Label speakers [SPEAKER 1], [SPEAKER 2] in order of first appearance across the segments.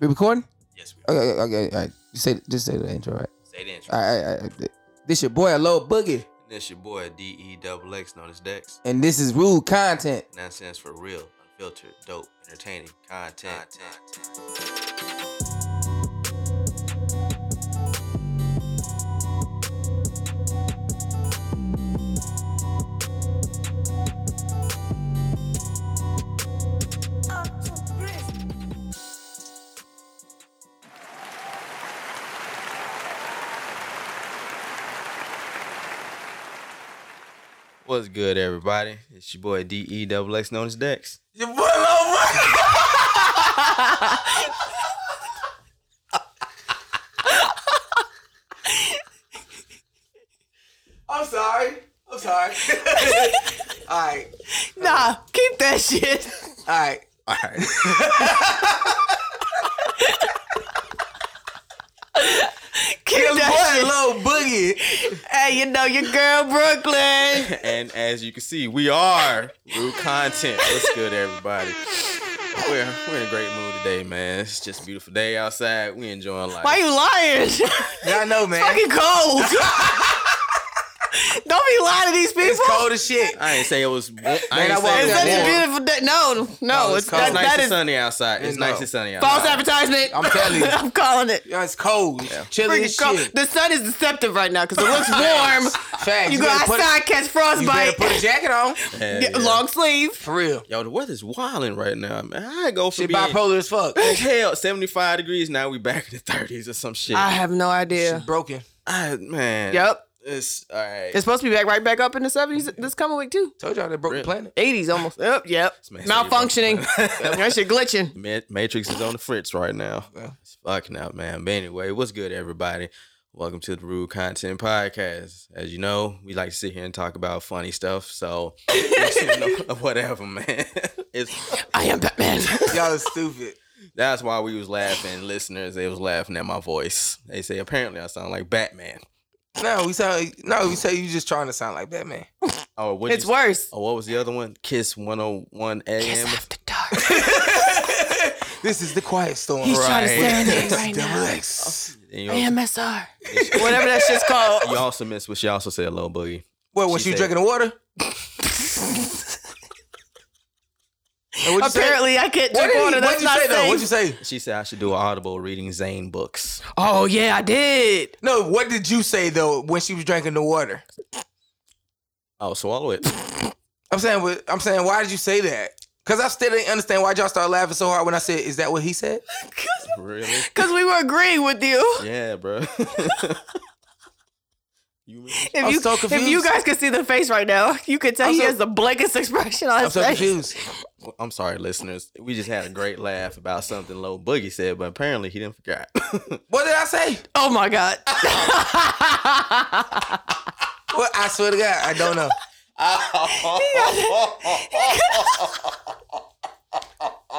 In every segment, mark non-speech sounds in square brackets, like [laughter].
[SPEAKER 1] We recording?
[SPEAKER 2] Yes, we
[SPEAKER 1] Okay, okay, okay, all right. Just say, just say the intro, all right?
[SPEAKER 2] say the intro.
[SPEAKER 1] All right, all right, all right. This your boy, Low Boogie,
[SPEAKER 2] And This your boy D E double X, known as Dex.
[SPEAKER 1] and this is Rude Content.
[SPEAKER 2] Nonsense for real, unfiltered, dope, entertaining content. What's good, everybody? It's your boy D E double X, known as Dex. [laughs]
[SPEAKER 1] Your boy, Low Boogie.
[SPEAKER 3] I'm sorry. I'm sorry. all right.
[SPEAKER 4] Nah, keep that shit. [laughs]
[SPEAKER 3] All right.
[SPEAKER 2] All right.
[SPEAKER 4] Keep
[SPEAKER 3] Your
[SPEAKER 4] that
[SPEAKER 3] boy,
[SPEAKER 4] shit.
[SPEAKER 3] Lil Boogie.
[SPEAKER 4] Hey, you know your girl Brooklyn.
[SPEAKER 2] and as you can see, we are Rude Content. What's good, everybody? We're, we're in a great mood today, man. It's just a beautiful day outside. We enjoying life.
[SPEAKER 4] Why you lying? [laughs]
[SPEAKER 3] Y'all know, man.
[SPEAKER 4] Fucking cold. [laughs] Don't be lying to these people.
[SPEAKER 3] It's cold as shit.
[SPEAKER 2] I ain't say it was. I ain't
[SPEAKER 3] Man, I walked
[SPEAKER 2] say
[SPEAKER 4] It's
[SPEAKER 2] it
[SPEAKER 3] out there.
[SPEAKER 2] was
[SPEAKER 4] such a
[SPEAKER 2] warm.
[SPEAKER 4] beautiful day. No, no,
[SPEAKER 3] No, it's
[SPEAKER 4] it's
[SPEAKER 3] cold.
[SPEAKER 2] It's nice
[SPEAKER 4] that, that
[SPEAKER 2] and
[SPEAKER 4] is
[SPEAKER 2] sunny outside. It's
[SPEAKER 3] No.
[SPEAKER 2] nice and sunny outside.
[SPEAKER 4] false advertisement.
[SPEAKER 3] I'm telling you.
[SPEAKER 4] [laughs] I'm calling it.
[SPEAKER 3] Y'all, it's cold. It's Chilly as
[SPEAKER 4] Freaking cold.
[SPEAKER 3] shit.
[SPEAKER 4] The sun is deceptive right now because it
[SPEAKER 3] [laughs]
[SPEAKER 4] looks warm.
[SPEAKER 3] Facts.
[SPEAKER 4] you go
[SPEAKER 3] better put,
[SPEAKER 4] outside, catch
[SPEAKER 3] you better
[SPEAKER 4] frostbite,
[SPEAKER 3] put
[SPEAKER 4] [laughs]
[SPEAKER 3] a jacket on.
[SPEAKER 2] Hell
[SPEAKER 4] Get-
[SPEAKER 2] yeah.
[SPEAKER 4] long sleeve.
[SPEAKER 3] For real.
[SPEAKER 2] Yo, the weather's wilding right now, man. I go from
[SPEAKER 3] Shit
[SPEAKER 2] being
[SPEAKER 3] bipolar as fuck.
[SPEAKER 2] like, hell seventy five degrees. Now we back in the thirties or some shit.
[SPEAKER 4] I
[SPEAKER 3] Ah.
[SPEAKER 2] I,
[SPEAKER 4] have no idea.
[SPEAKER 3] Shit broken.
[SPEAKER 2] man.
[SPEAKER 4] Yep,
[SPEAKER 2] It's all right.
[SPEAKER 4] it's supposed to be back right back up in the seventies this coming week too.
[SPEAKER 3] Told y'all they broke
[SPEAKER 2] Really?
[SPEAKER 3] the planet.
[SPEAKER 4] 80s almost. Yep, yep.
[SPEAKER 2] This man said he broke the
[SPEAKER 4] Malfunctioning. [laughs] that shit glitching.
[SPEAKER 2] Ma- Matrix is on the fritz right now.
[SPEAKER 3] Well.
[SPEAKER 2] It's fucking out, man. But anyway, what's good, everybody? Welcome to the Rude Content Podcast. As you know, we like to sit here and talk about funny stuff. So, [laughs] whatever, man. [laughs] It's
[SPEAKER 4] I am [laughs] Batman.
[SPEAKER 3] Y'all are stupid.
[SPEAKER 2] That's why we was laughing. Listeners, they was laughing at my voice. They say apparently I sound like Batman.
[SPEAKER 3] No, we say no. We say you just trying to sound like Batman. [laughs]
[SPEAKER 2] Oh, what?
[SPEAKER 4] it's worse.
[SPEAKER 2] Oh, what was the other one? oh Kiss 101
[SPEAKER 4] Kiss
[SPEAKER 2] AM.
[SPEAKER 4] after [laughs] dark.
[SPEAKER 3] this is the quiet storm.
[SPEAKER 4] He's trying to
[SPEAKER 2] Right.
[SPEAKER 4] serenade
[SPEAKER 3] This is
[SPEAKER 4] right
[SPEAKER 3] Double
[SPEAKER 4] now.
[SPEAKER 3] X.
[SPEAKER 2] And you, also,
[SPEAKER 4] AMSR. Whatever that shit's called.
[SPEAKER 2] you also missed what she also said, Lil Boogie.
[SPEAKER 3] What was
[SPEAKER 2] She
[SPEAKER 3] you
[SPEAKER 2] said-
[SPEAKER 3] drinking the water? And [laughs] what'd you say?
[SPEAKER 4] Apparently, I can't
[SPEAKER 3] What
[SPEAKER 4] drink
[SPEAKER 3] did
[SPEAKER 4] water.
[SPEAKER 3] he, what'd
[SPEAKER 4] That's
[SPEAKER 3] you
[SPEAKER 4] not
[SPEAKER 3] say though? What'd you
[SPEAKER 4] safe.
[SPEAKER 3] say?
[SPEAKER 2] She said I should do an audible reading Zane books.
[SPEAKER 4] Oh, yeah, I did.
[SPEAKER 3] No, what did you say though when she was drinking the water?
[SPEAKER 2] Oh, swallow it.
[SPEAKER 4] [laughs]
[SPEAKER 3] I'm saying, but- I'm saying, why did you say that? Because I still didn't understand why y'all started laughing so hard when I said, "Is that what he
[SPEAKER 4] [laughs]
[SPEAKER 3] said?"
[SPEAKER 2] really?
[SPEAKER 4] Because we were agreeing with you.
[SPEAKER 2] Yeah, bro. [laughs] you remember?
[SPEAKER 4] If
[SPEAKER 3] I'm
[SPEAKER 4] you,
[SPEAKER 3] so
[SPEAKER 4] if you
[SPEAKER 3] confused.
[SPEAKER 4] guys could see the face right now, you could tell
[SPEAKER 3] I'm
[SPEAKER 4] he
[SPEAKER 3] so-
[SPEAKER 4] has the blankest expression on
[SPEAKER 3] I'm
[SPEAKER 4] his
[SPEAKER 3] so
[SPEAKER 4] face.
[SPEAKER 3] confused.
[SPEAKER 2] I'm sorry, listeners. We just had a great laugh about something Lil Boogie said, but apparently he didn't forget. [laughs]
[SPEAKER 3] What did I say?
[SPEAKER 4] Oh, my [laughs] God.
[SPEAKER 3] Well, I swear to God, I don't
[SPEAKER 4] [laughs]
[SPEAKER 3] know. [laughs]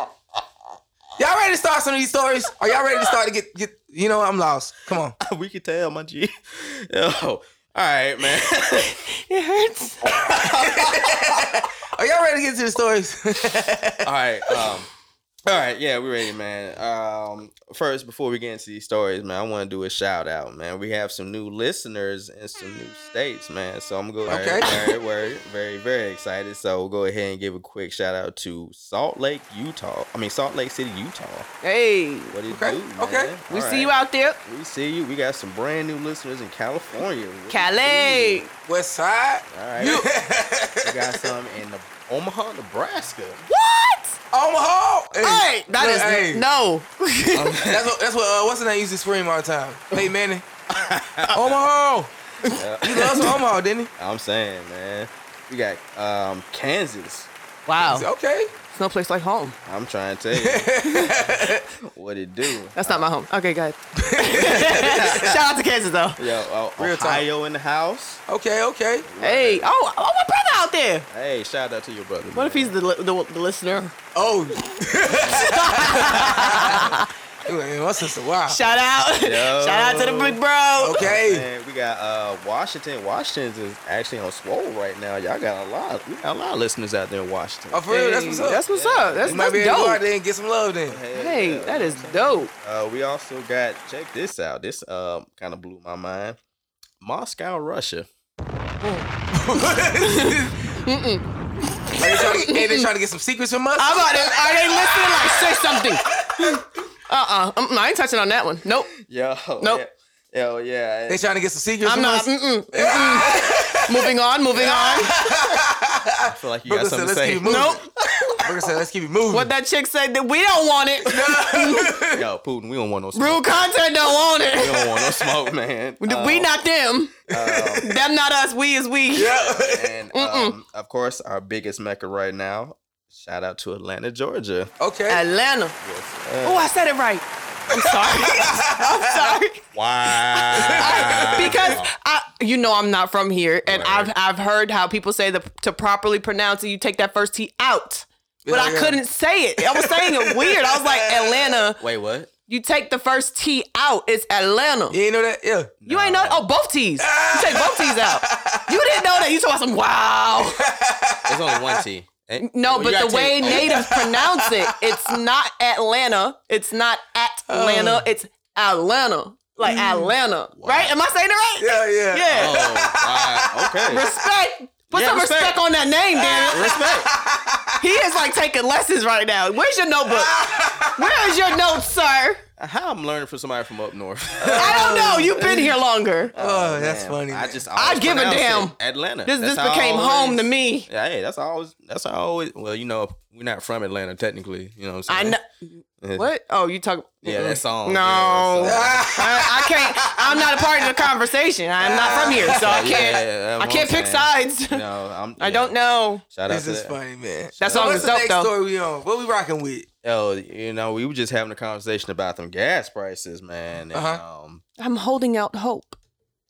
[SPEAKER 3] Y'all ready to start some of these stories? Are y'all ready to start to get, get you know, I'm lost. Come on.
[SPEAKER 2] we could tell, my G. [laughs] Yo, all right, man. [laughs]
[SPEAKER 4] it hurts.
[SPEAKER 3] Are y'all ready to get to the stories?
[SPEAKER 2] all right, um, all right, yeah, we ready, man. Um, first, before we get into these stories, man, I want to do a shout out, man. We have some new listeners in some new states, man. So I'm gonna go
[SPEAKER 3] Okay.
[SPEAKER 2] okay. very, very, very, very excited. So we'll go ahead and give a quick shout out to Salt Lake, Utah. I mean, Salt Lake City, Utah.
[SPEAKER 4] Hey,
[SPEAKER 2] What it
[SPEAKER 3] Okay,
[SPEAKER 2] do?
[SPEAKER 3] okay.
[SPEAKER 2] man? All
[SPEAKER 4] we see you
[SPEAKER 2] right.
[SPEAKER 4] out there.
[SPEAKER 2] We see you. We got some brand new listeners in California. What it
[SPEAKER 4] Calais.
[SPEAKER 2] do?
[SPEAKER 3] [laughs] West side.
[SPEAKER 2] All
[SPEAKER 3] [laughs]
[SPEAKER 2] right.
[SPEAKER 3] You.
[SPEAKER 2] We got some in the Omaha, Nebraska.
[SPEAKER 4] What?
[SPEAKER 3] Omaha. Hey,
[SPEAKER 4] Hey, that
[SPEAKER 3] look,
[SPEAKER 4] is
[SPEAKER 3] hey.
[SPEAKER 4] [laughs] no.
[SPEAKER 3] [laughs] That's what, that's what uh, what's the name used to scream all the time. Hey [laughs] Manning. Omaha. He
[SPEAKER 2] Yeah,
[SPEAKER 3] [laughs] loves Omaha, didn't he?
[SPEAKER 2] I'm saying, man. We got um, Kansas.
[SPEAKER 3] He said,
[SPEAKER 4] wow,
[SPEAKER 3] Okay.
[SPEAKER 4] it's no place like home.
[SPEAKER 2] I'm trying to tell
[SPEAKER 5] [laughs]
[SPEAKER 2] you what it do.
[SPEAKER 4] That's not my home. Okay, go ahead. [laughs] Shout out to Kansas though.
[SPEAKER 2] Yo, uh,
[SPEAKER 3] Real talk.
[SPEAKER 2] Ohio in the house.
[SPEAKER 3] Okay, okay.
[SPEAKER 4] Hey, oh, oh, my brother out there.
[SPEAKER 2] Hey, shout out to your brother.
[SPEAKER 5] [laughs]
[SPEAKER 4] What if he's the li- the, the listener?
[SPEAKER 3] Oh.
[SPEAKER 5] Man, my sister, wow.
[SPEAKER 4] Shout out. [laughs]
[SPEAKER 2] Yo.
[SPEAKER 4] Shout out to the big bro.
[SPEAKER 5] Okay.
[SPEAKER 2] Man, we got uh Washington. Washington's is actually on swole right now. Y'all got a lot. We got a lot of listeners out there in Washington.
[SPEAKER 5] Oh, for real, that's
[SPEAKER 4] Hey,
[SPEAKER 5] what's up.
[SPEAKER 4] That's what's up. That's,
[SPEAKER 5] you might
[SPEAKER 4] that's
[SPEAKER 5] be able to go out
[SPEAKER 4] dope.
[SPEAKER 5] there and get some love
[SPEAKER 3] [laughs]
[SPEAKER 5] then.
[SPEAKER 2] Hell
[SPEAKER 4] Hey,
[SPEAKER 2] yeah.
[SPEAKER 4] that is dope.
[SPEAKER 2] Uh, we also got check this out. This um kind of blew my mind. Moscow, Russia.
[SPEAKER 5] Hey, they trying to, hey, they trying to get some secrets from us?
[SPEAKER 4] I'm about to, are they listening? Like, say something. [laughs] Uh-uh. Mm-mm, I ain't touching on that one. Nope.
[SPEAKER 2] Yo.
[SPEAKER 4] Nope.
[SPEAKER 2] Yeah. Yo, yeah.
[SPEAKER 5] they trying to get some secrets
[SPEAKER 4] I'm
[SPEAKER 5] from
[SPEAKER 4] not.
[SPEAKER 5] us?
[SPEAKER 4] Mm-mm, mm-mm. moving on, moving [laughs] on.
[SPEAKER 2] I feel like you got
[SPEAKER 5] Brooklyn
[SPEAKER 2] something
[SPEAKER 5] said,
[SPEAKER 2] to
[SPEAKER 5] let's
[SPEAKER 2] say.
[SPEAKER 5] keep it moving.
[SPEAKER 4] Nope.
[SPEAKER 5] [laughs] Brooklyn said, let's keep it moving.
[SPEAKER 4] What that chick said, that we don't want it.
[SPEAKER 2] Yo, Putin, we don't want no smoke.
[SPEAKER 4] Rude content don't want
[SPEAKER 2] We
[SPEAKER 4] it.
[SPEAKER 2] don't want no smoke, man.
[SPEAKER 4] we
[SPEAKER 2] Um,
[SPEAKER 4] not them.
[SPEAKER 5] Oh.
[SPEAKER 4] [laughs] them not us. We is we.
[SPEAKER 2] [laughs] And um, of course, our biggest mecca right now. Shout out to Atlanta, Georgia.
[SPEAKER 5] Okay.
[SPEAKER 4] Atlanta.
[SPEAKER 2] Uh,
[SPEAKER 4] Oh, I said it right. I'm sorry. I'm sorry.
[SPEAKER 2] wow.
[SPEAKER 4] because I, you know, I'm not from here, and
[SPEAKER 2] Right.
[SPEAKER 4] I've I've heard how people say that to properly pronounce it, you take that first T out. But
[SPEAKER 3] Oh,
[SPEAKER 5] Yeah,
[SPEAKER 4] I
[SPEAKER 5] yeah.
[SPEAKER 4] couldn't say it. I was saying it weird. I was like, Atlanta,
[SPEAKER 2] [laughs] Wait, what?
[SPEAKER 4] you take the first T out. It's Atlanta.
[SPEAKER 5] You ain't know that? Yeah.
[SPEAKER 4] You ain't know. Oh, both T's. You take both T's out. You didn't know that. You talking about some wow.
[SPEAKER 2] There's only one T. Ain't-
[SPEAKER 4] No,
[SPEAKER 2] you
[SPEAKER 4] but
[SPEAKER 2] gotta
[SPEAKER 4] the way
[SPEAKER 2] take- oh,
[SPEAKER 4] natives
[SPEAKER 2] [laughs]
[SPEAKER 4] pronounce it, it's not Atlanta. It's not Atlanta.
[SPEAKER 2] Oh.
[SPEAKER 4] It's Atlanta. Like
[SPEAKER 2] Mm.
[SPEAKER 4] Atlanta. Right? Am I saying it right?
[SPEAKER 5] Yeah, yeah.
[SPEAKER 4] Yeah.
[SPEAKER 2] Oh, wow. Okay.
[SPEAKER 4] Respect. Put
[SPEAKER 2] Yeah,
[SPEAKER 4] some respect.
[SPEAKER 2] respect.
[SPEAKER 4] on that name,
[SPEAKER 2] [laughs]
[SPEAKER 4] Darren.
[SPEAKER 2] Respect.
[SPEAKER 4] He is like taking lessons right now. Where's your
[SPEAKER 2] [laughs]
[SPEAKER 4] notebook? Where is your notes, sir?
[SPEAKER 2] How I'm learning from somebody from up
[SPEAKER 4] [laughs]
[SPEAKER 2] north.
[SPEAKER 4] I
[SPEAKER 2] Oh.
[SPEAKER 4] don't know. You've been here longer.
[SPEAKER 2] [laughs]
[SPEAKER 5] Oh, that's
[SPEAKER 2] Man,
[SPEAKER 5] funny.
[SPEAKER 2] I
[SPEAKER 5] man.
[SPEAKER 2] just always
[SPEAKER 4] give a
[SPEAKER 2] pronounce
[SPEAKER 4] damn.
[SPEAKER 2] it Atlanta.
[SPEAKER 4] This
[SPEAKER 2] That's
[SPEAKER 4] this
[SPEAKER 2] how I
[SPEAKER 4] became home
[SPEAKER 2] always-
[SPEAKER 4] to me.
[SPEAKER 2] Yeah, hey, that's always. That's how I always. Well, you know, we're not from Atlanta technically. You know what
[SPEAKER 4] I
[SPEAKER 2] I'm saying?
[SPEAKER 4] know. What? Oh, you talk.
[SPEAKER 2] Yeah, that song.
[SPEAKER 4] No.
[SPEAKER 2] Yeah, so-
[SPEAKER 4] I, I can't. I'm not a part of the conversation. I'm not from here, so [laughs] I
[SPEAKER 2] Yeah,
[SPEAKER 4] can't.
[SPEAKER 2] yeah,
[SPEAKER 4] I
[SPEAKER 2] I'm
[SPEAKER 4] can't pick
[SPEAKER 2] saying.
[SPEAKER 4] sides.
[SPEAKER 2] No, I'm,
[SPEAKER 4] I don't know.
[SPEAKER 2] Shout out
[SPEAKER 5] This
[SPEAKER 2] to
[SPEAKER 5] is
[SPEAKER 2] that.
[SPEAKER 5] funny, man.
[SPEAKER 4] That
[SPEAKER 5] So
[SPEAKER 4] song
[SPEAKER 5] what's
[SPEAKER 4] is
[SPEAKER 5] the
[SPEAKER 4] dope
[SPEAKER 5] next
[SPEAKER 4] though.
[SPEAKER 5] story we on? What we rocking with?
[SPEAKER 2] Yo, you know, we were just having a conversation about them gas prices, man. And,
[SPEAKER 5] Uh-huh.
[SPEAKER 2] um,
[SPEAKER 4] I'm holding out hope.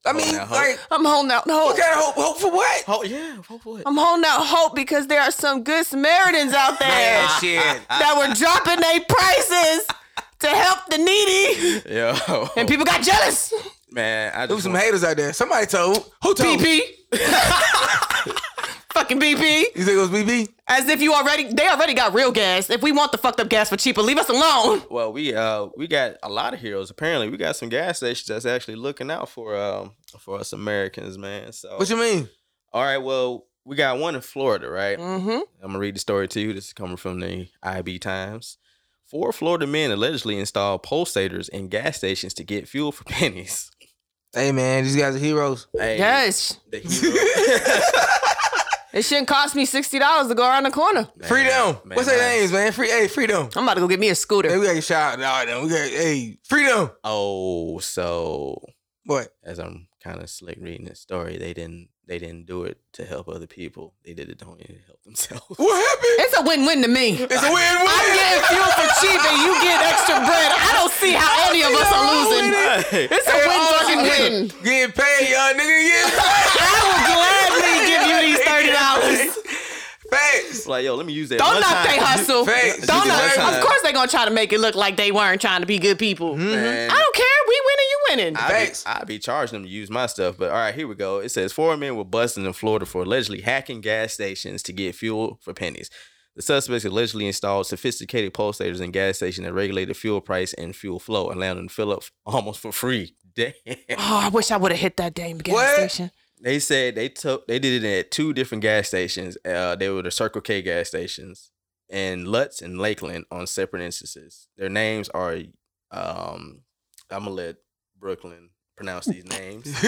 [SPEAKER 5] I mean,
[SPEAKER 2] now, hope.
[SPEAKER 5] like,
[SPEAKER 4] I'm holding out hope.
[SPEAKER 5] what kind of hope? Hope for what?
[SPEAKER 2] oh yeah, oh, boy.
[SPEAKER 4] I'm holding out hope because there are some good Samaritans out there
[SPEAKER 5] Man, shit.
[SPEAKER 4] that were dropping their prices to help the needy,
[SPEAKER 2] Yo,
[SPEAKER 4] and people got jealous.
[SPEAKER 2] man, I
[SPEAKER 5] There
[SPEAKER 2] just
[SPEAKER 5] was some
[SPEAKER 2] want-
[SPEAKER 5] haters out there. Somebody told. Who told?
[SPEAKER 4] BP,
[SPEAKER 5] [laughs]
[SPEAKER 4] fucking BP.
[SPEAKER 5] You think it was BB?
[SPEAKER 4] As if you already, they already got real gas. If we want the fucked up gas for cheaper, leave us alone.
[SPEAKER 2] Well, we uh we got a lot of heroes. Apparently, we got some gas stations that's actually looking out for um for us Americans, man. So
[SPEAKER 5] What you mean?
[SPEAKER 2] all right, well, we got one in Florida, right?
[SPEAKER 4] Mm-hmm.
[SPEAKER 2] I'm gonna read the story to you. This is coming from the IB Times. Four Florida men allegedly installed pulsators in gas stations to get fuel for [laughs] pennies.
[SPEAKER 5] Hey, man, these guys are heroes.
[SPEAKER 2] Hey,
[SPEAKER 4] Yes,
[SPEAKER 2] the hero-
[SPEAKER 4] it shouldn't cost me sixty dollars to go around the corner.
[SPEAKER 5] Free them.
[SPEAKER 2] man,
[SPEAKER 5] What's their
[SPEAKER 2] man.
[SPEAKER 5] names, man? Free, hey, freedom.
[SPEAKER 4] I'm about to go get me a
[SPEAKER 5] Hey,
[SPEAKER 4] scooter.
[SPEAKER 5] we gotta shout out to them. We got, hey, freedom.
[SPEAKER 2] Oh, so
[SPEAKER 5] What?
[SPEAKER 2] as I'm kind of slick reading this story, they didn't they didn't do it to help other people. They did it to only help themselves. [laughs]
[SPEAKER 5] What happened?
[SPEAKER 4] It's a win-win to me.
[SPEAKER 5] It's a win-win.
[SPEAKER 4] I'm getting fuel for cheap and you get extra bread. I don't see how any of us are losing. It's a win fucking win.
[SPEAKER 5] Getting paid, y'all nigga. Getting
[SPEAKER 4] I will gladly give you these thirty dollars.
[SPEAKER 5] facts.
[SPEAKER 2] It's like, yo, let me use that.
[SPEAKER 4] Don't
[SPEAKER 2] one
[SPEAKER 4] knock
[SPEAKER 2] time.
[SPEAKER 4] they hustle.
[SPEAKER 5] Facts.
[SPEAKER 4] Don't
[SPEAKER 2] You
[SPEAKER 4] knock.
[SPEAKER 2] deserve
[SPEAKER 4] Of
[SPEAKER 2] it.
[SPEAKER 4] course they're gonna try to make it look like they weren't trying to be good people.
[SPEAKER 2] Man,
[SPEAKER 4] I don't care. We winning, you winning.
[SPEAKER 2] Hmm. I be,
[SPEAKER 5] Facts.
[SPEAKER 2] I be charging them to use my stuff, but all right, here we go. It says four men were busted in Florida for allegedly hacking gas stations to get fuel for pennies. The suspects allegedly installed sophisticated pulsators in gas stations that regulated fuel price and fuel flow, allowing them to fill up [laughs] almost for free. [laughs] Damn.
[SPEAKER 4] oh, I wish I would have hit that damn gas
[SPEAKER 5] What?
[SPEAKER 4] station.
[SPEAKER 2] They said they took they did it at two different gas stations. Uh, they were the Circle K gas stations in Lutz and Lakeland on separate instances. Their names are um I'm gonna let Brooklyn pronounce these names.
[SPEAKER 4] [laughs]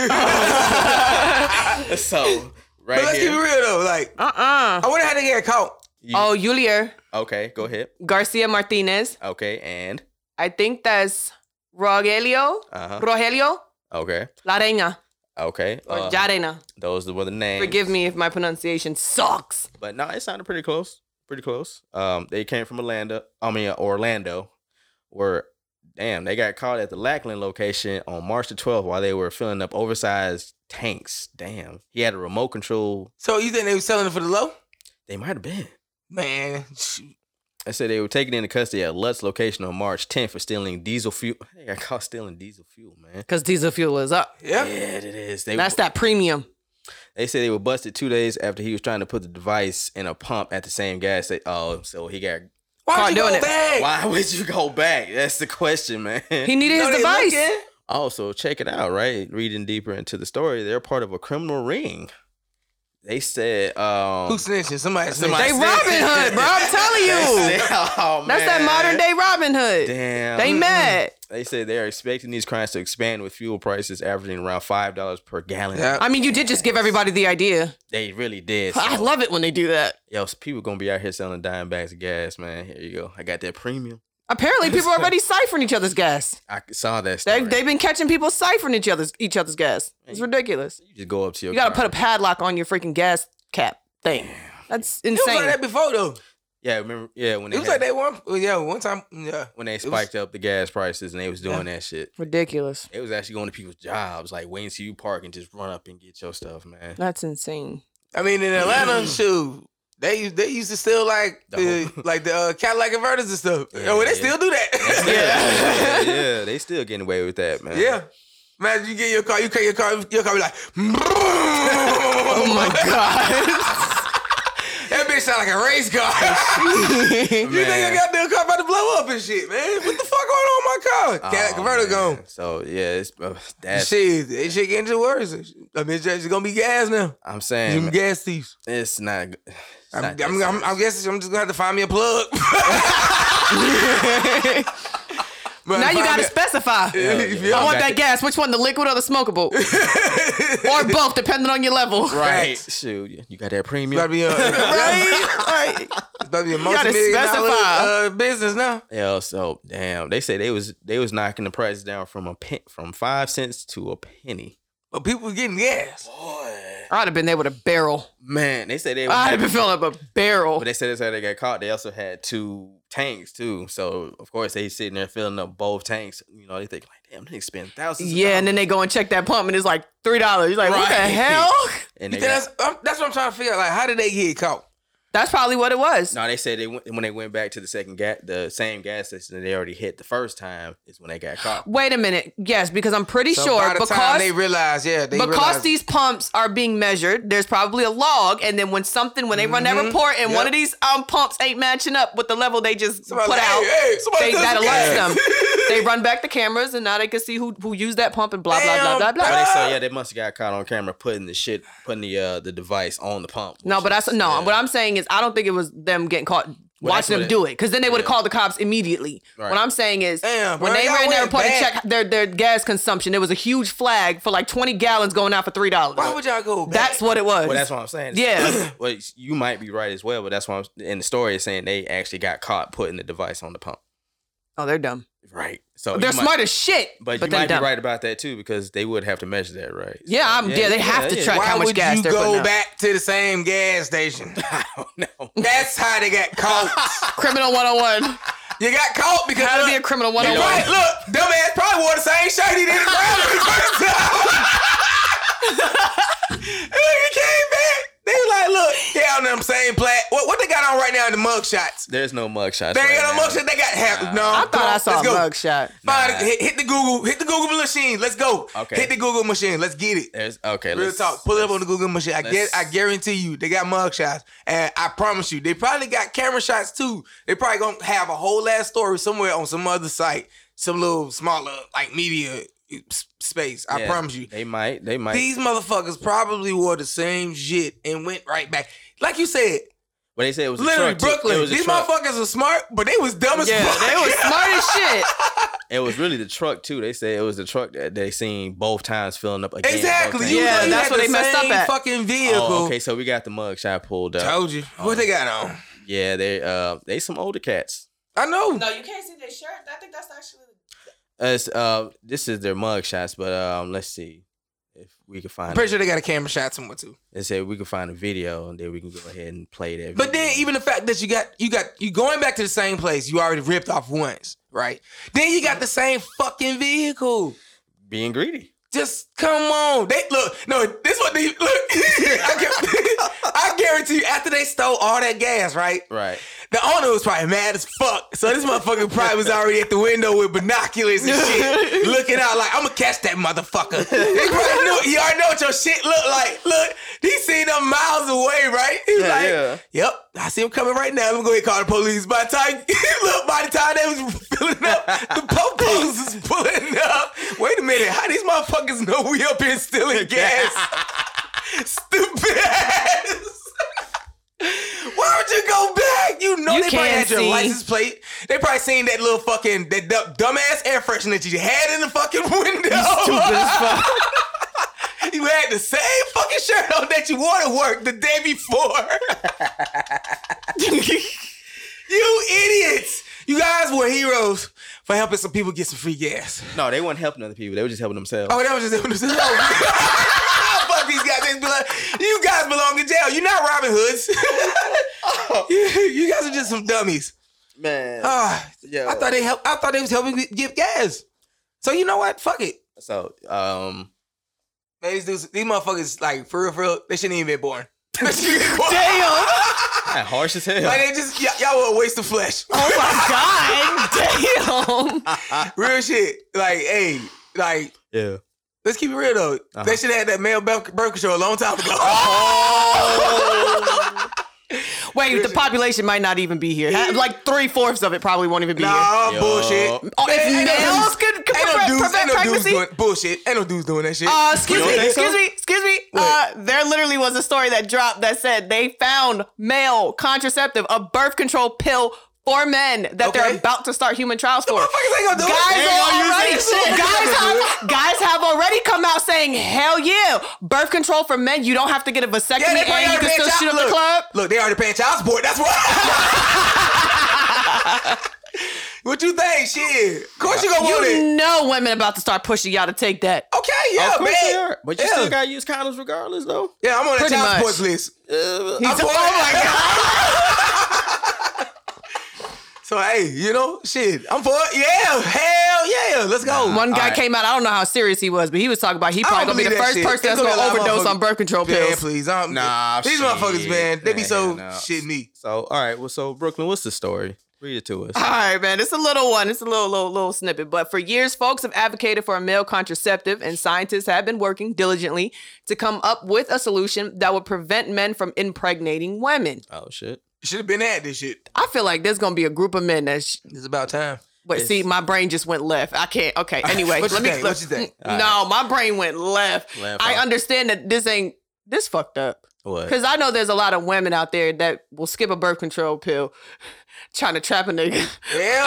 [SPEAKER 2] [laughs]
[SPEAKER 4] Uh-uh.
[SPEAKER 2] so
[SPEAKER 5] But
[SPEAKER 2] right
[SPEAKER 5] let's keep it
[SPEAKER 2] here,
[SPEAKER 5] real though. Like,
[SPEAKER 4] Uh uh
[SPEAKER 3] Oh,
[SPEAKER 5] I wonder how they get caught.
[SPEAKER 2] you-
[SPEAKER 4] Oh, Yulier
[SPEAKER 2] okay, go ahead.
[SPEAKER 4] Garcia Martinez.
[SPEAKER 2] Okay, and
[SPEAKER 4] I think that's Rogelio.
[SPEAKER 2] uh huh.
[SPEAKER 4] Rogelio
[SPEAKER 2] Okay,
[SPEAKER 4] Lareña
[SPEAKER 2] okay.
[SPEAKER 5] Oh,
[SPEAKER 4] or
[SPEAKER 2] uh,
[SPEAKER 4] Llarena.
[SPEAKER 2] those were the names.
[SPEAKER 4] Forgive me if my pronunciation sucks.
[SPEAKER 2] but no, it sounded pretty close. Pretty close. Um, they came from Orlando. I mean uh, Orlando, where damn they got caught at the Lackland location on March the 12th while they were filling up oversized tanks. Damn, he had a remote control.
[SPEAKER 5] So you think they were selling it for the low?
[SPEAKER 2] They might have been.
[SPEAKER 5] Man, shoot.
[SPEAKER 2] I said they were taken into custody at Lutz location on March 10th for stealing diesel fuel. [laughs] Hey, I caught stealing diesel fuel, man.
[SPEAKER 4] Because diesel fuel is up.
[SPEAKER 2] Yeah,
[SPEAKER 5] Yep.
[SPEAKER 2] it is. They
[SPEAKER 4] That's that premium.
[SPEAKER 2] They said they were busted two days after he was trying to put the device in a pump at the same gas station. Oh, so he got.
[SPEAKER 5] Why
[SPEAKER 4] Caught
[SPEAKER 5] would you
[SPEAKER 4] doing
[SPEAKER 5] go
[SPEAKER 4] it.
[SPEAKER 5] back?
[SPEAKER 2] Why would you go back? That's the question, man.
[SPEAKER 4] He needed
[SPEAKER 5] You know
[SPEAKER 4] his
[SPEAKER 5] they
[SPEAKER 4] device.
[SPEAKER 5] looking.
[SPEAKER 2] Also, check it out, right? Reading deeper into the story, they're part of a criminal ring. They said, um,
[SPEAKER 5] Who snitching? Somebody snitching.
[SPEAKER 2] Somebody
[SPEAKER 4] They Robin Hood, bro. I'm telling
[SPEAKER 2] they
[SPEAKER 4] you.
[SPEAKER 2] said- [laughs] oh,
[SPEAKER 4] That's that
[SPEAKER 2] man.
[SPEAKER 4] modern day Robin Hood.
[SPEAKER 2] Damn.
[SPEAKER 4] They mad.
[SPEAKER 2] They said they are expecting these crimes to expand with fuel prices averaging around five dollars per gallon.
[SPEAKER 5] Yeah.
[SPEAKER 4] I mean, you did just give everybody the idea.
[SPEAKER 2] They really did.
[SPEAKER 4] I
[SPEAKER 2] so-
[SPEAKER 4] love it when they do that.
[SPEAKER 2] Yo, so people gonna be out here selling dime bags of gas, man. Here you go. I got that premium.
[SPEAKER 4] Apparently, people are already ciphering each other's gas.
[SPEAKER 2] I saw that story.
[SPEAKER 4] They, they've been catching people ciphering each other's each other's gas. It's ridiculous.
[SPEAKER 2] you just go up to your.
[SPEAKER 4] You got to
[SPEAKER 2] car.
[SPEAKER 4] put a padlock on your freaking gas cap thing. That's
[SPEAKER 5] It was like
[SPEAKER 4] insane.
[SPEAKER 5] that before though.
[SPEAKER 2] Yeah, remember? Yeah, when they
[SPEAKER 5] It was
[SPEAKER 2] had-
[SPEAKER 5] like that one. well, Yeah, one time. Yeah.
[SPEAKER 2] when they
[SPEAKER 5] was-
[SPEAKER 2] spiked up the gas prices and they was doing that shit.
[SPEAKER 4] Ridiculous.
[SPEAKER 2] It was actually going to people's jobs, like waiting till you park and just run up and get your stuff, man.
[SPEAKER 4] That's insane.
[SPEAKER 5] I mean,
[SPEAKER 2] [clears throat]
[SPEAKER 5] in Atlanta, shoot, they they used to steal like
[SPEAKER 2] The
[SPEAKER 5] the,
[SPEAKER 2] whole- [laughs]
[SPEAKER 5] like the uh, Cadillac converters and stuff.
[SPEAKER 2] Yeah,
[SPEAKER 5] oh, well, they
[SPEAKER 2] yeah.
[SPEAKER 5] still do that. [laughs]
[SPEAKER 2] yeah, yeah, they still getting away with that, man.
[SPEAKER 5] yeah. Imagine you get in your car, you get in your car, your car
[SPEAKER 2] [laughs]
[SPEAKER 5] be like, [laughs] oh my that bitch sound like a race
[SPEAKER 2] [laughs]
[SPEAKER 5] car.
[SPEAKER 2] man.
[SPEAKER 5] [laughs] you think your goddamn car about to blow up and shit, man? What the fuck going on with my car? Cadillac converter
[SPEAKER 2] Oh, man.
[SPEAKER 5] gone.
[SPEAKER 2] So yeah, it's uh, that's
[SPEAKER 5] Shit, that shit getting worse. I mean, it's just gonna be gas now.
[SPEAKER 2] I'm
[SPEAKER 5] You
[SPEAKER 2] saying man,
[SPEAKER 5] gas thieves.
[SPEAKER 2] it's not. g- It's
[SPEAKER 5] I'm,
[SPEAKER 2] not
[SPEAKER 5] I'm,
[SPEAKER 2] that
[SPEAKER 5] I'm, I'm
[SPEAKER 2] serious.
[SPEAKER 5] guessing I'm just gonna have to find me a plug. [laughs]
[SPEAKER 4] now you got to specify.
[SPEAKER 2] yeah.
[SPEAKER 4] I want
[SPEAKER 2] Back
[SPEAKER 4] that
[SPEAKER 2] to-
[SPEAKER 4] gas. Which one, the liquid or the
[SPEAKER 5] [laughs]
[SPEAKER 4] smokable? or both, depending on your level.
[SPEAKER 2] right. Shoot, you got that premium.
[SPEAKER 5] About
[SPEAKER 2] [laughs]
[SPEAKER 5] to be a,
[SPEAKER 4] Right? Right.
[SPEAKER 5] it's about to be a
[SPEAKER 4] gotta
[SPEAKER 5] multi-million dollar
[SPEAKER 4] specify.
[SPEAKER 5] uh, business now.
[SPEAKER 2] Yeah, so damn, they say they was they was knocking the price down from a pen, from five cents to a penny.
[SPEAKER 5] But people getting gas.
[SPEAKER 4] I'd have been there with a barrel.
[SPEAKER 2] Man, they said they. Was,
[SPEAKER 4] I'd have been filling up a barrel.
[SPEAKER 2] but they said that's how they got caught. They also had two tanks too, so of course they sitting there filling up both tanks. You know, they think like, damn, they spend thousands. of
[SPEAKER 4] Yeah, and
[SPEAKER 2] dollars.
[SPEAKER 4] then they go and check that pump, and it's like three dollars. You're like, what the
[SPEAKER 2] Right. [laughs]
[SPEAKER 5] [laughs]
[SPEAKER 4] hell?
[SPEAKER 2] and
[SPEAKER 5] You
[SPEAKER 2] they
[SPEAKER 5] think
[SPEAKER 2] got,
[SPEAKER 5] that's, I'm, that's what I'm trying to figure out. Like, how did they get caught?
[SPEAKER 4] That's probably what it was.
[SPEAKER 2] no, they said they went, when they went back to the second gas, the same gas station that they already hit the first time is when they got
[SPEAKER 4] [laughs]
[SPEAKER 2] caught.
[SPEAKER 4] Wait a minute. Yes, because I'm pretty
[SPEAKER 5] So
[SPEAKER 4] sure
[SPEAKER 5] by the time
[SPEAKER 4] because
[SPEAKER 5] they realized, yeah, they
[SPEAKER 4] because
[SPEAKER 5] realized,
[SPEAKER 4] these pumps are being measured, there's probably a log, and then when something when they run that report and one
[SPEAKER 5] Mm-hmm. Yep.
[SPEAKER 4] of these um pumps ain't matching up with the level they just
[SPEAKER 5] Somebody
[SPEAKER 4] put
[SPEAKER 5] like,
[SPEAKER 4] out,
[SPEAKER 5] hey, hey, somebody
[SPEAKER 4] they
[SPEAKER 5] cut
[SPEAKER 4] that
[SPEAKER 5] some
[SPEAKER 4] alerts
[SPEAKER 5] gas.
[SPEAKER 4] them.
[SPEAKER 5] [laughs]
[SPEAKER 4] they run back the cameras, and now they can see who who used that pump and blah blah
[SPEAKER 5] Damn,
[SPEAKER 4] blah blah
[SPEAKER 2] But
[SPEAKER 4] blah.
[SPEAKER 2] they said yeah, they must have got caught on camera putting the shit, putting the uh the device on the pump.
[SPEAKER 4] No, but I s- no.
[SPEAKER 2] Yeah.
[SPEAKER 4] What I'm saying is, I don't think it was them getting caught.
[SPEAKER 2] Well, that's
[SPEAKER 4] watching them
[SPEAKER 2] what it-
[SPEAKER 4] do it, because then they would have
[SPEAKER 2] yeah.
[SPEAKER 4] called the cops immediately.
[SPEAKER 2] Right.
[SPEAKER 4] What I'm saying is,
[SPEAKER 5] Damn,
[SPEAKER 4] when
[SPEAKER 5] bro,
[SPEAKER 4] they
[SPEAKER 5] y'all
[SPEAKER 4] ran their
[SPEAKER 5] went
[SPEAKER 4] report and
[SPEAKER 5] back.
[SPEAKER 4] checked their their gas consumption, there was a huge flag for like 20 gallons going out for three dollars.
[SPEAKER 5] why would y'all go back?
[SPEAKER 4] That's what it was.
[SPEAKER 2] Well, that's what I'm saying.
[SPEAKER 4] Yeah.
[SPEAKER 2] [clears throat] well, it's- you might be right as well, but that's why I'm in the story is saying they actually got caught putting the device on the pump.
[SPEAKER 4] oh, they're dumb.
[SPEAKER 2] Right. So
[SPEAKER 4] They're
[SPEAKER 2] you might-
[SPEAKER 4] smart as shit,
[SPEAKER 2] but,
[SPEAKER 4] but,
[SPEAKER 2] you
[SPEAKER 4] they're
[SPEAKER 2] might
[SPEAKER 4] dumb.
[SPEAKER 2] be right about that too because they would have to measure that, right?
[SPEAKER 4] Yeah, I'm- yeah, they have to track-
[SPEAKER 5] why
[SPEAKER 4] how much
[SPEAKER 5] would
[SPEAKER 4] gas
[SPEAKER 5] you
[SPEAKER 4] they're putting
[SPEAKER 5] go
[SPEAKER 4] out.
[SPEAKER 5] back to the same gas station?
[SPEAKER 2] [laughs] I don't know.
[SPEAKER 5] That's how they got
[SPEAKER 4] [laughs]
[SPEAKER 5] caught.
[SPEAKER 4] Criminal
[SPEAKER 5] [laughs]
[SPEAKER 4] 101.
[SPEAKER 5] you got caught because
[SPEAKER 4] How to
[SPEAKER 5] look,
[SPEAKER 4] be a criminal
[SPEAKER 5] you
[SPEAKER 4] 101. [laughs]
[SPEAKER 5] right, look, dumbass probably wore the same shirt he did in the first time. he came back. They was like, look, they on them same plat. What, what they got on right now in the mug shots?
[SPEAKER 2] There's no mugshots.
[SPEAKER 5] They
[SPEAKER 2] right
[SPEAKER 5] ain't got no
[SPEAKER 2] now.
[SPEAKER 5] mugshot. They got half.
[SPEAKER 2] Nah.
[SPEAKER 5] No,
[SPEAKER 4] I
[SPEAKER 5] come
[SPEAKER 4] thought
[SPEAKER 5] on,
[SPEAKER 4] I saw a
[SPEAKER 5] let's go.
[SPEAKER 4] mugshot.
[SPEAKER 5] Find,
[SPEAKER 2] Nah.
[SPEAKER 5] hit, hit the Google. Hit the Google machine. Let's go.
[SPEAKER 2] Okay.
[SPEAKER 5] Hit the Google machine. Let's get it.
[SPEAKER 2] There's okay.
[SPEAKER 5] Real
[SPEAKER 2] let's-
[SPEAKER 5] talk. Pull it up on the Google machine. I get.
[SPEAKER 2] let's-
[SPEAKER 5] I guarantee you, they got mug shots, and I promise you, they probably got camera shots too. They probably gonna have a whole ass story somewhere on some other site, some little smaller like media eh, s- space. I
[SPEAKER 2] yeah,
[SPEAKER 5] promise you.
[SPEAKER 2] They might. They might.
[SPEAKER 5] These motherfuckers probably wore the same shit and went right back. Like you said,
[SPEAKER 2] but they said it was
[SPEAKER 5] literally
[SPEAKER 2] a truck, too. It
[SPEAKER 5] Brooklyn.
[SPEAKER 2] was a
[SPEAKER 5] These
[SPEAKER 2] truck.
[SPEAKER 5] motherfuckers were smart, but they was dumb as
[SPEAKER 4] Yeah,
[SPEAKER 5] fuck.
[SPEAKER 4] they was smart as shit.
[SPEAKER 2] It was really the truck too. They said it was the truck that they seen both times filling up again.
[SPEAKER 5] [laughs] Exactly.
[SPEAKER 2] both
[SPEAKER 5] You
[SPEAKER 2] times.
[SPEAKER 4] Yeah,
[SPEAKER 5] know you
[SPEAKER 4] that's
[SPEAKER 5] had
[SPEAKER 4] what
[SPEAKER 5] the
[SPEAKER 4] they messed up
[SPEAKER 5] same
[SPEAKER 4] at.
[SPEAKER 5] Fucking vehicle.
[SPEAKER 2] Oh, okay, so we got the mugshot pulled up.
[SPEAKER 5] Told you. What they got on?
[SPEAKER 2] Yeah, they uh they some older cats.
[SPEAKER 5] I know.
[SPEAKER 4] you can't see their shirt. I think that's actually.
[SPEAKER 2] Us uh this is their mug shots, but um let's see if we can
[SPEAKER 5] I'm
[SPEAKER 2] find
[SPEAKER 5] pretty sure they got a camera shot somewhere too.
[SPEAKER 2] they said we can find a video and then we can go ahead and play that.
[SPEAKER 5] But
[SPEAKER 2] video.
[SPEAKER 5] then even the fact that you got you got you going back to the same place you already ripped off once, right? Then you got the same fucking vehicle.
[SPEAKER 2] being greedy.
[SPEAKER 5] Just come on. They look, no, this what they look. [laughs] I, gu- I guarantee you, after they stole all that gas, right?
[SPEAKER 2] Right.
[SPEAKER 5] The owner was probably mad as fuck. So this motherfucker probably was already at the window with binoculars and
[SPEAKER 2] [laughs]
[SPEAKER 5] shit, looking out like I'm gonna catch that motherfucker. He probably knew. He already know what your shit look like. Look, he seen them miles away, right? He was
[SPEAKER 2] Yeah,
[SPEAKER 5] like,
[SPEAKER 2] yeah.
[SPEAKER 5] "Yep, I see him coming right now. Let me go ahead and call the police." By the time, [laughs] look, by the time they was filling up, the popos was pulling up. Wait a minute, how these motherfuckers know we up
[SPEAKER 2] [laughs]
[SPEAKER 5] here stealing gas? Stupid ass. Why would you go back? You know
[SPEAKER 4] You
[SPEAKER 5] they probably
[SPEAKER 4] can
[SPEAKER 5] had your
[SPEAKER 4] see.
[SPEAKER 5] license plate. They probably seen that little fucking that dumb, dumbass air freshener that you had in the fucking [laughs] window.
[SPEAKER 4] Stupid as fuck.
[SPEAKER 5] [laughs] you had the same fucking shirt on that you wore to work the day
[SPEAKER 4] [laughs]
[SPEAKER 5] before. [laughs] you idiots! You guys were heroes for helping some people get some free gas.
[SPEAKER 2] No, they weren't helping other people. They were just helping themselves.
[SPEAKER 5] Oh, that was just. [laughs] no. [laughs] Fuck these guys. They belong- you guys belong in jail. You're not Robin Hoods. [laughs] you, you guys are just some dummies.
[SPEAKER 2] [laughs] man.
[SPEAKER 5] Ah,
[SPEAKER 2] yeah.
[SPEAKER 5] Oh. I thought they help. I thought they was helping me give gas. So you know what? Fuck it.
[SPEAKER 2] so, um,
[SPEAKER 5] Man, these dudes, these motherfuckers, like for real, for real, they shouldn't even been born. [laughs] They shouldn't even been born.
[SPEAKER 4] Damn.
[SPEAKER 2] man, harsh as hell.
[SPEAKER 5] Like they just y- y'all were a waste of flesh.
[SPEAKER 4] Oh my god. Damn.
[SPEAKER 5] real shit. Like, hey, like
[SPEAKER 2] yeah.
[SPEAKER 5] let's keep it real though.
[SPEAKER 2] Uh-huh.
[SPEAKER 5] They should have had that male birth birth control a long time ago.
[SPEAKER 4] Oh. Wait, the population might not even be here. Ha- Like three fourths of it probably won't even be here.
[SPEAKER 5] [laughs] Nah,
[SPEAKER 2] Yo.
[SPEAKER 5] bullshit.
[SPEAKER 4] Oh, if
[SPEAKER 5] Ain't no
[SPEAKER 4] males
[SPEAKER 5] dudes-
[SPEAKER 4] could, could
[SPEAKER 5] Ain't no
[SPEAKER 4] prevent,
[SPEAKER 5] dudes, ain't
[SPEAKER 4] prevent
[SPEAKER 5] no dudes
[SPEAKER 4] pregnancy.
[SPEAKER 5] doing bullshit. Ain't no dudes doing that shit.
[SPEAKER 4] uh, excuse
[SPEAKER 2] You
[SPEAKER 4] me,
[SPEAKER 2] don't think so?
[SPEAKER 4] excuse me, excuse me. Uh, there literally was a story that dropped that said they found male contraceptive, a birth control pill for men that
[SPEAKER 5] Okay.
[SPEAKER 4] they're about to start human trials for.
[SPEAKER 5] Motherfuckers ain't gonna do
[SPEAKER 4] Guys,
[SPEAKER 5] it. They ain't
[SPEAKER 4] are
[SPEAKER 5] gonna use
[SPEAKER 4] already,
[SPEAKER 5] that shit.
[SPEAKER 4] [laughs] guys, have, guys have already come out saying, hell yeah, birth control for men, you don't have to get a vasectomy
[SPEAKER 5] Yeah, they probably
[SPEAKER 4] and you
[SPEAKER 5] already
[SPEAKER 4] can
[SPEAKER 5] paying
[SPEAKER 4] still
[SPEAKER 5] child-
[SPEAKER 4] shoot up
[SPEAKER 5] look,
[SPEAKER 4] the club.
[SPEAKER 5] Look, they already paying child support. That's why. [laughs] what you think? Shit. Of course you gonna want it.
[SPEAKER 4] You know women about to start pushing y'all to take that.
[SPEAKER 5] Okay, yeah,
[SPEAKER 2] Of course they
[SPEAKER 5] oh, man.
[SPEAKER 2] are. But you
[SPEAKER 5] yeah.
[SPEAKER 2] still gotta use condoms regardless, though.
[SPEAKER 5] Yeah, I'm on that
[SPEAKER 4] Pretty
[SPEAKER 5] child
[SPEAKER 4] much.
[SPEAKER 5] support list.
[SPEAKER 2] Uh,
[SPEAKER 5] I'm
[SPEAKER 4] a-
[SPEAKER 5] on-
[SPEAKER 4] oh my
[SPEAKER 5] [laughs] So hey, you know, shit. I'm for it. Yeah, hell yeah. Let's go.
[SPEAKER 4] Oh, One guy
[SPEAKER 2] right.
[SPEAKER 4] came out. I don't know how serious he was, but he was talking about he
[SPEAKER 5] I
[SPEAKER 4] probably
[SPEAKER 5] don't
[SPEAKER 4] gonna be the
[SPEAKER 5] believe that
[SPEAKER 4] first
[SPEAKER 5] shit.
[SPEAKER 4] person
[SPEAKER 5] It's
[SPEAKER 4] that's
[SPEAKER 5] gonna
[SPEAKER 4] gonna,
[SPEAKER 5] be a lot of
[SPEAKER 4] overdose on birth control
[SPEAKER 5] Man,
[SPEAKER 4] pills.
[SPEAKER 5] please. I'm,
[SPEAKER 2] Nah,
[SPEAKER 5] these
[SPEAKER 2] shit.
[SPEAKER 5] motherfuckers, man, they be so
[SPEAKER 2] Nah.
[SPEAKER 5] shit neat.
[SPEAKER 2] so, all right. Well, so Brooklyn, what's the story? Read it to us.
[SPEAKER 5] Ah.
[SPEAKER 4] All right, man. It's a little one. It's a little, little, little snippet. But for years, folks have advocated for a male contraceptive, and scientists have been working diligently to come up with a solution that would prevent men from impregnating women.
[SPEAKER 2] Oh shit.
[SPEAKER 5] Should have been at this shit.
[SPEAKER 4] I feel like there's gonna be a group of men that. Sh-
[SPEAKER 5] It's about time.
[SPEAKER 4] Wait,
[SPEAKER 2] It's-
[SPEAKER 4] see, my brain just went left. I can't.
[SPEAKER 5] [laughs]
[SPEAKER 4] Okay, anyway,
[SPEAKER 5] What you
[SPEAKER 4] let me.
[SPEAKER 5] think?
[SPEAKER 4] let-
[SPEAKER 5] What you think?
[SPEAKER 4] N- No, my brain went left.
[SPEAKER 2] Left,
[SPEAKER 4] I
[SPEAKER 2] huh?
[SPEAKER 4] understand that this ain't this fucked up.
[SPEAKER 5] [laughs]
[SPEAKER 2] What?
[SPEAKER 4] Because I know there's a lot of women out there that will skip a birth control pill trying to trap a nigga.
[SPEAKER 5] Yeah.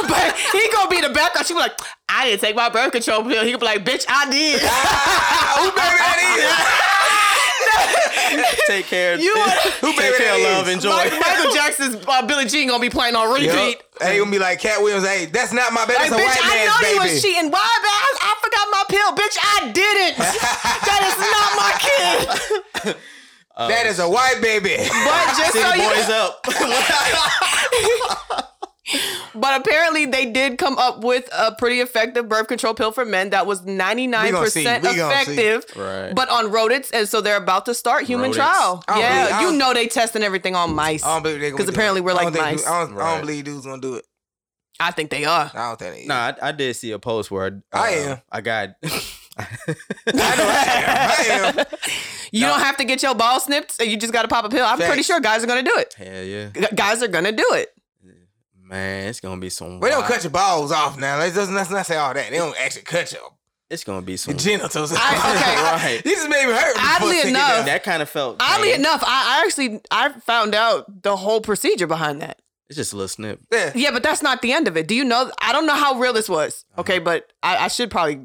[SPEAKER 4] [laughs] but he gonna be the background. She be like, I didn't take my birth control pill. He gonna be like, bitch, I did.
[SPEAKER 5] [laughs] Who baby that
[SPEAKER 2] Take care. [laughs]
[SPEAKER 4] You are-
[SPEAKER 5] Who
[SPEAKER 2] take
[SPEAKER 5] baby
[SPEAKER 2] care,
[SPEAKER 5] that
[SPEAKER 2] love,
[SPEAKER 5] is?
[SPEAKER 2] enjoy.
[SPEAKER 4] Mike- [laughs] Michael Jackson's uh, Billie Jean gonna be playing on [laughs]
[SPEAKER 5] is?
[SPEAKER 4] repeat.
[SPEAKER 5] Yup. Hey, you gonna be like Cat Williams. Hey, that's not my baby.
[SPEAKER 4] Like,
[SPEAKER 5] That's a
[SPEAKER 4] bitch,
[SPEAKER 5] white
[SPEAKER 4] I
[SPEAKER 5] man's
[SPEAKER 4] know
[SPEAKER 5] baby.
[SPEAKER 4] you was cheating. Why, man? I, I forgot my pill. Bitch, I didn't. [laughs] that is not my kid.
[SPEAKER 5] That is a white
[SPEAKER 4] [laughs]
[SPEAKER 5] baby.
[SPEAKER 4] But just
[SPEAKER 2] City
[SPEAKER 4] so you [laughs]
[SPEAKER 2] boys up. [laughs]
[SPEAKER 4] But apparently, they did come up with a pretty effective birth control pill for men that was 99%
[SPEAKER 5] see. We gonna see.
[SPEAKER 4] effective,
[SPEAKER 2] Right.
[SPEAKER 4] but on rodents. And so they're about to start human
[SPEAKER 2] Rodents.
[SPEAKER 4] trial.
[SPEAKER 5] I don't
[SPEAKER 4] Oh, yeah, Um,
[SPEAKER 5] believe- I
[SPEAKER 4] you
[SPEAKER 5] don't-
[SPEAKER 4] know they testing everything on mice.
[SPEAKER 5] I don't believe they gonna
[SPEAKER 4] Because
[SPEAKER 5] do
[SPEAKER 4] apparently
[SPEAKER 5] it.
[SPEAKER 4] we're
[SPEAKER 5] I don't
[SPEAKER 4] like
[SPEAKER 5] think
[SPEAKER 4] mice.
[SPEAKER 5] du- I, don't, I
[SPEAKER 2] Right.
[SPEAKER 5] don't believe dudes gonna do it.
[SPEAKER 4] I think they are.
[SPEAKER 5] I don't think they.
[SPEAKER 2] nah, I, I did see a post where uh,
[SPEAKER 5] I am.
[SPEAKER 2] I
[SPEAKER 4] [laughs]
[SPEAKER 2] got.
[SPEAKER 5] I know I am. I am.
[SPEAKER 4] You don't have to get your ball snipped. You just got to pop a pill. I'm pretty
[SPEAKER 5] Facts.
[SPEAKER 4] sure guys are going to do it.
[SPEAKER 2] Hell yeah,
[SPEAKER 4] G- guys are going to do it.
[SPEAKER 2] man! It's gonna be some.
[SPEAKER 5] We don't
[SPEAKER 2] wild-
[SPEAKER 5] cut your balls off now. Let's, just, let's not say all that. They don't actually cut your
[SPEAKER 2] It's gonna be some.
[SPEAKER 5] [laughs] genitals.
[SPEAKER 4] I-
[SPEAKER 2] okay.
[SPEAKER 5] You just made me hurt.
[SPEAKER 4] Oddly enough-
[SPEAKER 5] Before thinking that.
[SPEAKER 2] That kind of felt.
[SPEAKER 4] Oddly
[SPEAKER 2] man,
[SPEAKER 4] enough, I, I actually I found out the whole procedure behind that.
[SPEAKER 2] it's just a little snip.
[SPEAKER 5] Yeah.
[SPEAKER 4] Yeah, but that's not the end of it. Do you know? I don't know how real this was. Okay, but I, I should probably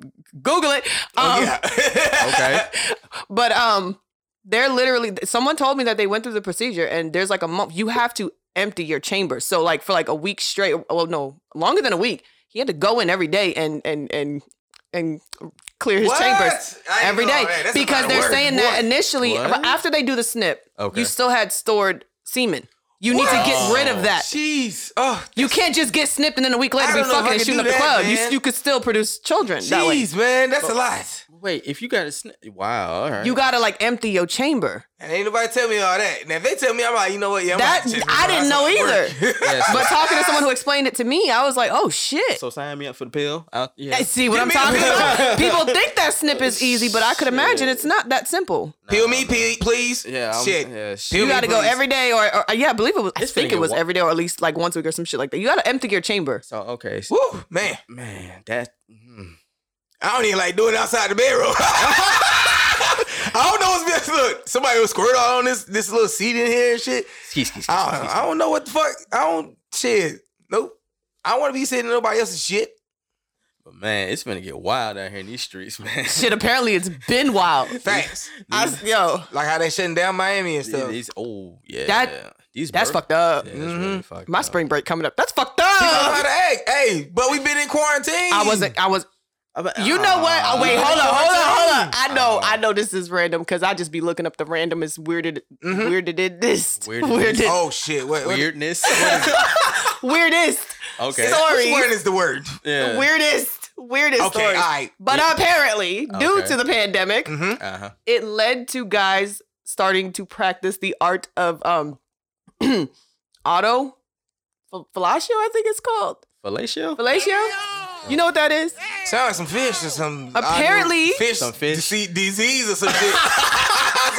[SPEAKER 4] Google it. [laughs] Um,
[SPEAKER 5] Uh-huh. Oh, yeah.
[SPEAKER 2] Okay.
[SPEAKER 5] [laughs]
[SPEAKER 4] But um, they're literally someone told me that they went through the procedure and there's like a month you have to empty your chamber. So like for like a week straight, well no, longer than a week, he had to go in every day and and and and clear his
[SPEAKER 5] What?
[SPEAKER 4] chambers
[SPEAKER 5] I didn't
[SPEAKER 4] every
[SPEAKER 5] know
[SPEAKER 4] day
[SPEAKER 5] all that. That's a lot
[SPEAKER 4] because
[SPEAKER 5] of
[SPEAKER 4] they're
[SPEAKER 5] work.
[SPEAKER 4] saying that
[SPEAKER 5] What?
[SPEAKER 4] initially
[SPEAKER 2] What?
[SPEAKER 4] after they do the snip,
[SPEAKER 2] Okay.
[SPEAKER 4] you still had stored semen. You need to get rid of that.
[SPEAKER 5] Jeez. Oh,
[SPEAKER 4] You can't just get snipped and then a week
[SPEAKER 5] I
[SPEAKER 4] later be
[SPEAKER 5] don't know if
[SPEAKER 4] fucking
[SPEAKER 5] I
[SPEAKER 4] and
[SPEAKER 5] could
[SPEAKER 4] shooting
[SPEAKER 5] do
[SPEAKER 4] up the
[SPEAKER 5] that,
[SPEAKER 4] club.
[SPEAKER 5] man.
[SPEAKER 4] You, you could still produce children that way.
[SPEAKER 5] jeez, man. That's a lot.
[SPEAKER 2] Wait, if you got a snitch, wow, all right.
[SPEAKER 4] You gotta like empty your chamber.
[SPEAKER 5] And ain't nobody tell me all that. And if they tell me, I'm like, you know what? Yeah, I'm
[SPEAKER 4] That-
[SPEAKER 5] about to check
[SPEAKER 4] I didn't
[SPEAKER 5] this
[SPEAKER 4] know
[SPEAKER 5] out.
[SPEAKER 2] [laughs]
[SPEAKER 4] either.
[SPEAKER 2] Yeah, so,
[SPEAKER 4] But talking to someone who explained it to me, I was like, oh shit.
[SPEAKER 2] so sign me up for the pill. i yeah.
[SPEAKER 4] I See what I'm
[SPEAKER 5] Give me
[SPEAKER 4] talking
[SPEAKER 5] a-
[SPEAKER 4] about? People think that snip is easy, but I could imagine
[SPEAKER 2] Shit.
[SPEAKER 4] it's not that simple.
[SPEAKER 5] Peel me, pe- please.
[SPEAKER 2] Yeah, I'm-
[SPEAKER 5] shit.
[SPEAKER 2] yeah, shit.
[SPEAKER 5] Peel
[SPEAKER 4] You
[SPEAKER 5] me,
[SPEAKER 4] got to go
[SPEAKER 5] please.
[SPEAKER 4] every day, or, or yeah, I believe it was. I
[SPEAKER 2] It's
[SPEAKER 4] think
[SPEAKER 2] finna
[SPEAKER 4] it was
[SPEAKER 2] get wa-
[SPEAKER 4] every day, or at least like once a week or some shit like that. You got to empty your chamber.
[SPEAKER 2] So okay, so,
[SPEAKER 5] Woo, man.
[SPEAKER 2] man, that mm.
[SPEAKER 5] I don't even like doing it outside the bedroom. [laughs] I don't know what's been. Look, somebody was squirt all on this this little seat in here and shit.
[SPEAKER 2] Ski, ski, ski,
[SPEAKER 5] I don't,
[SPEAKER 2] ski,
[SPEAKER 5] I don't know what the fuck. I don't shit. Nope. I don't want to be sitting in nobody else's shit.
[SPEAKER 2] But man, it's gonna get wild out here in these streets, [laughs] man.
[SPEAKER 4] Shit, apparently it's been
[SPEAKER 2] [laughs]
[SPEAKER 4] wild.
[SPEAKER 5] Facts.
[SPEAKER 4] I, yo,
[SPEAKER 5] Like how they shutting down Miami and
[SPEAKER 2] These,
[SPEAKER 5] stuff.
[SPEAKER 2] these- oh yeah,
[SPEAKER 4] That-
[SPEAKER 2] these
[SPEAKER 4] that's
[SPEAKER 2] birth-
[SPEAKER 4] fucked up. Mm-hmm.
[SPEAKER 2] Yeah, that's really fucked
[SPEAKER 4] My
[SPEAKER 2] up.
[SPEAKER 4] spring break coming up. That's fucked
[SPEAKER 5] People know
[SPEAKER 4] up.
[SPEAKER 5] how to act. Hey, but we've been in quarantine.
[SPEAKER 4] I wasn't. I was.
[SPEAKER 2] I'm a-
[SPEAKER 4] You know what?
[SPEAKER 2] Ah.
[SPEAKER 4] Oh, wait, hold on, hold on, hold on. I know,
[SPEAKER 2] Oh.
[SPEAKER 4] I know this is random because I just be looking up the randomest weirded,
[SPEAKER 5] Mhm.
[SPEAKER 4] weirded this,
[SPEAKER 2] Weirded-
[SPEAKER 4] weirded,
[SPEAKER 5] Oh shit. Wait, what-
[SPEAKER 4] [laughs]
[SPEAKER 2] Weirdness.
[SPEAKER 4] weirdest,
[SPEAKER 2] okay.
[SPEAKER 4] So-
[SPEAKER 5] Which
[SPEAKER 4] Sorry.
[SPEAKER 5] word is the word?
[SPEAKER 2] yeah.
[SPEAKER 4] weirdest, weirdest
[SPEAKER 5] Okay,
[SPEAKER 4] story.
[SPEAKER 5] all right.
[SPEAKER 4] But apparently, due
[SPEAKER 2] Okay.
[SPEAKER 4] to the pandemic,
[SPEAKER 5] Mm-hmm.
[SPEAKER 2] Uh huh.
[SPEAKER 4] it led to guys starting to practice the art of um [clears throat] auto fel- fellatio, I think it's called
[SPEAKER 2] Fellatio.
[SPEAKER 4] fellatio. You know what that is?
[SPEAKER 5] Sound like some fish or some
[SPEAKER 4] Apparently-
[SPEAKER 5] I don't know, fish,
[SPEAKER 2] Some fish.
[SPEAKER 5] dise- disease or
[SPEAKER 4] [laughs]
[SPEAKER 5] some shit. [laughs] some